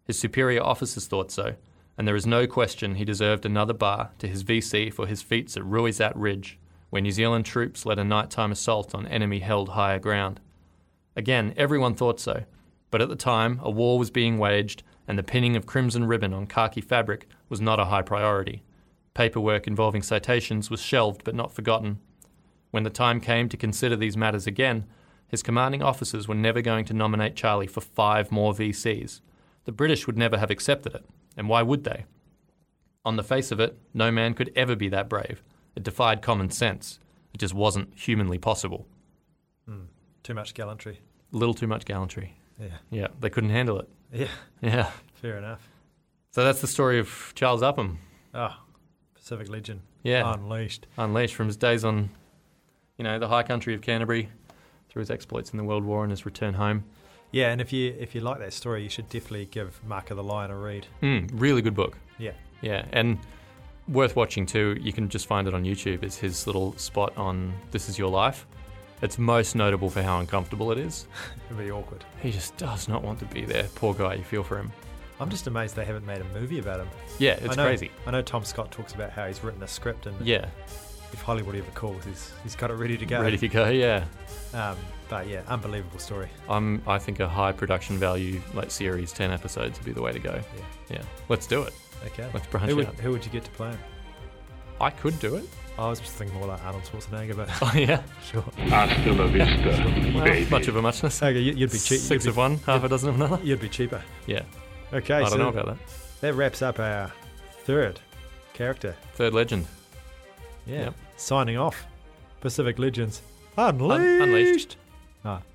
S2: His superior officers thought so, and there is no question he deserved another bar to his VC for his feats at Ruizat Ridge, where New Zealand troops led a nighttime assault on enemy held higher ground. Again, everyone thought so. But at the time, a war was being waged, and the pinning of crimson ribbon on khaki fabric was not a high priority. Paperwork involving citations was shelved but not forgotten. When the time came to consider these matters again, his commanding officers were never going to nominate Charlie for five more VCs. The British would never have accepted it, and why would they? On the face of it, no man could ever be that brave. It defied common sense. It just wasn't humanly possible.
S1: Too much gallantry.
S2: A little too much gallantry.
S1: Yeah.
S2: Yeah, they couldn't handle it.
S1: Yeah.
S2: Yeah.
S1: Fair enough.
S2: So that's the story of Charles Upham.
S1: Oh, Pacific Legend.
S2: Yeah.
S1: Unleashed.
S2: unleashed from his days on, you know, the high country of Canterbury through his exploits in the World War and his return home.
S1: Yeah, and if you if you like that story, you should definitely give Mark of the Lion a read.
S2: Mm, really good book.
S1: Yeah.
S2: Yeah, and worth watching too. You can just find it on YouTube. It's his little spot on This Is Your Life. It's most notable for how uncomfortable it is.
S1: It'd be awkward.
S2: He just does not want to be there. Poor guy, you feel for him.
S1: I'm just amazed they haven't made a movie about him.
S2: Yeah, it's
S1: I know,
S2: crazy.
S1: I know Tom Scott talks about how he's written a script and
S2: Yeah,
S1: if Hollywood ever calls, he's he's got it ready to go.
S2: ready to go. Yeah,
S1: Um, but yeah, unbelievable story.
S2: I'm. I think a high production value like series, ten episodes would be the way to go.
S1: Yeah.
S2: Yeah, let's do it.
S1: Okay.
S2: Let's branch
S1: Who would,
S2: out.
S1: who would you get to play him?
S2: I could do it.
S1: I was just thinking more like Arnold Schwarzenegger, but
S2: Oh yeah.
S1: sure.
S4: Hasta la vista,
S2: Well,
S4: baby.
S2: Much of a muchness.
S1: Okay, you- you'd be cheap.
S2: Six
S1: you'd,
S2: of one, half a dozen of another.
S1: be, you'd be cheaper.
S2: Yeah,
S1: Okay,
S2: I don't
S1: so
S2: know about that.
S1: that wraps up our third character.
S2: Third legend.
S1: Yeah.
S2: Yep.
S1: Signing off. Pacific Legends
S2: Un-
S1: Unleashed.
S2: unleashed.
S1: Ah,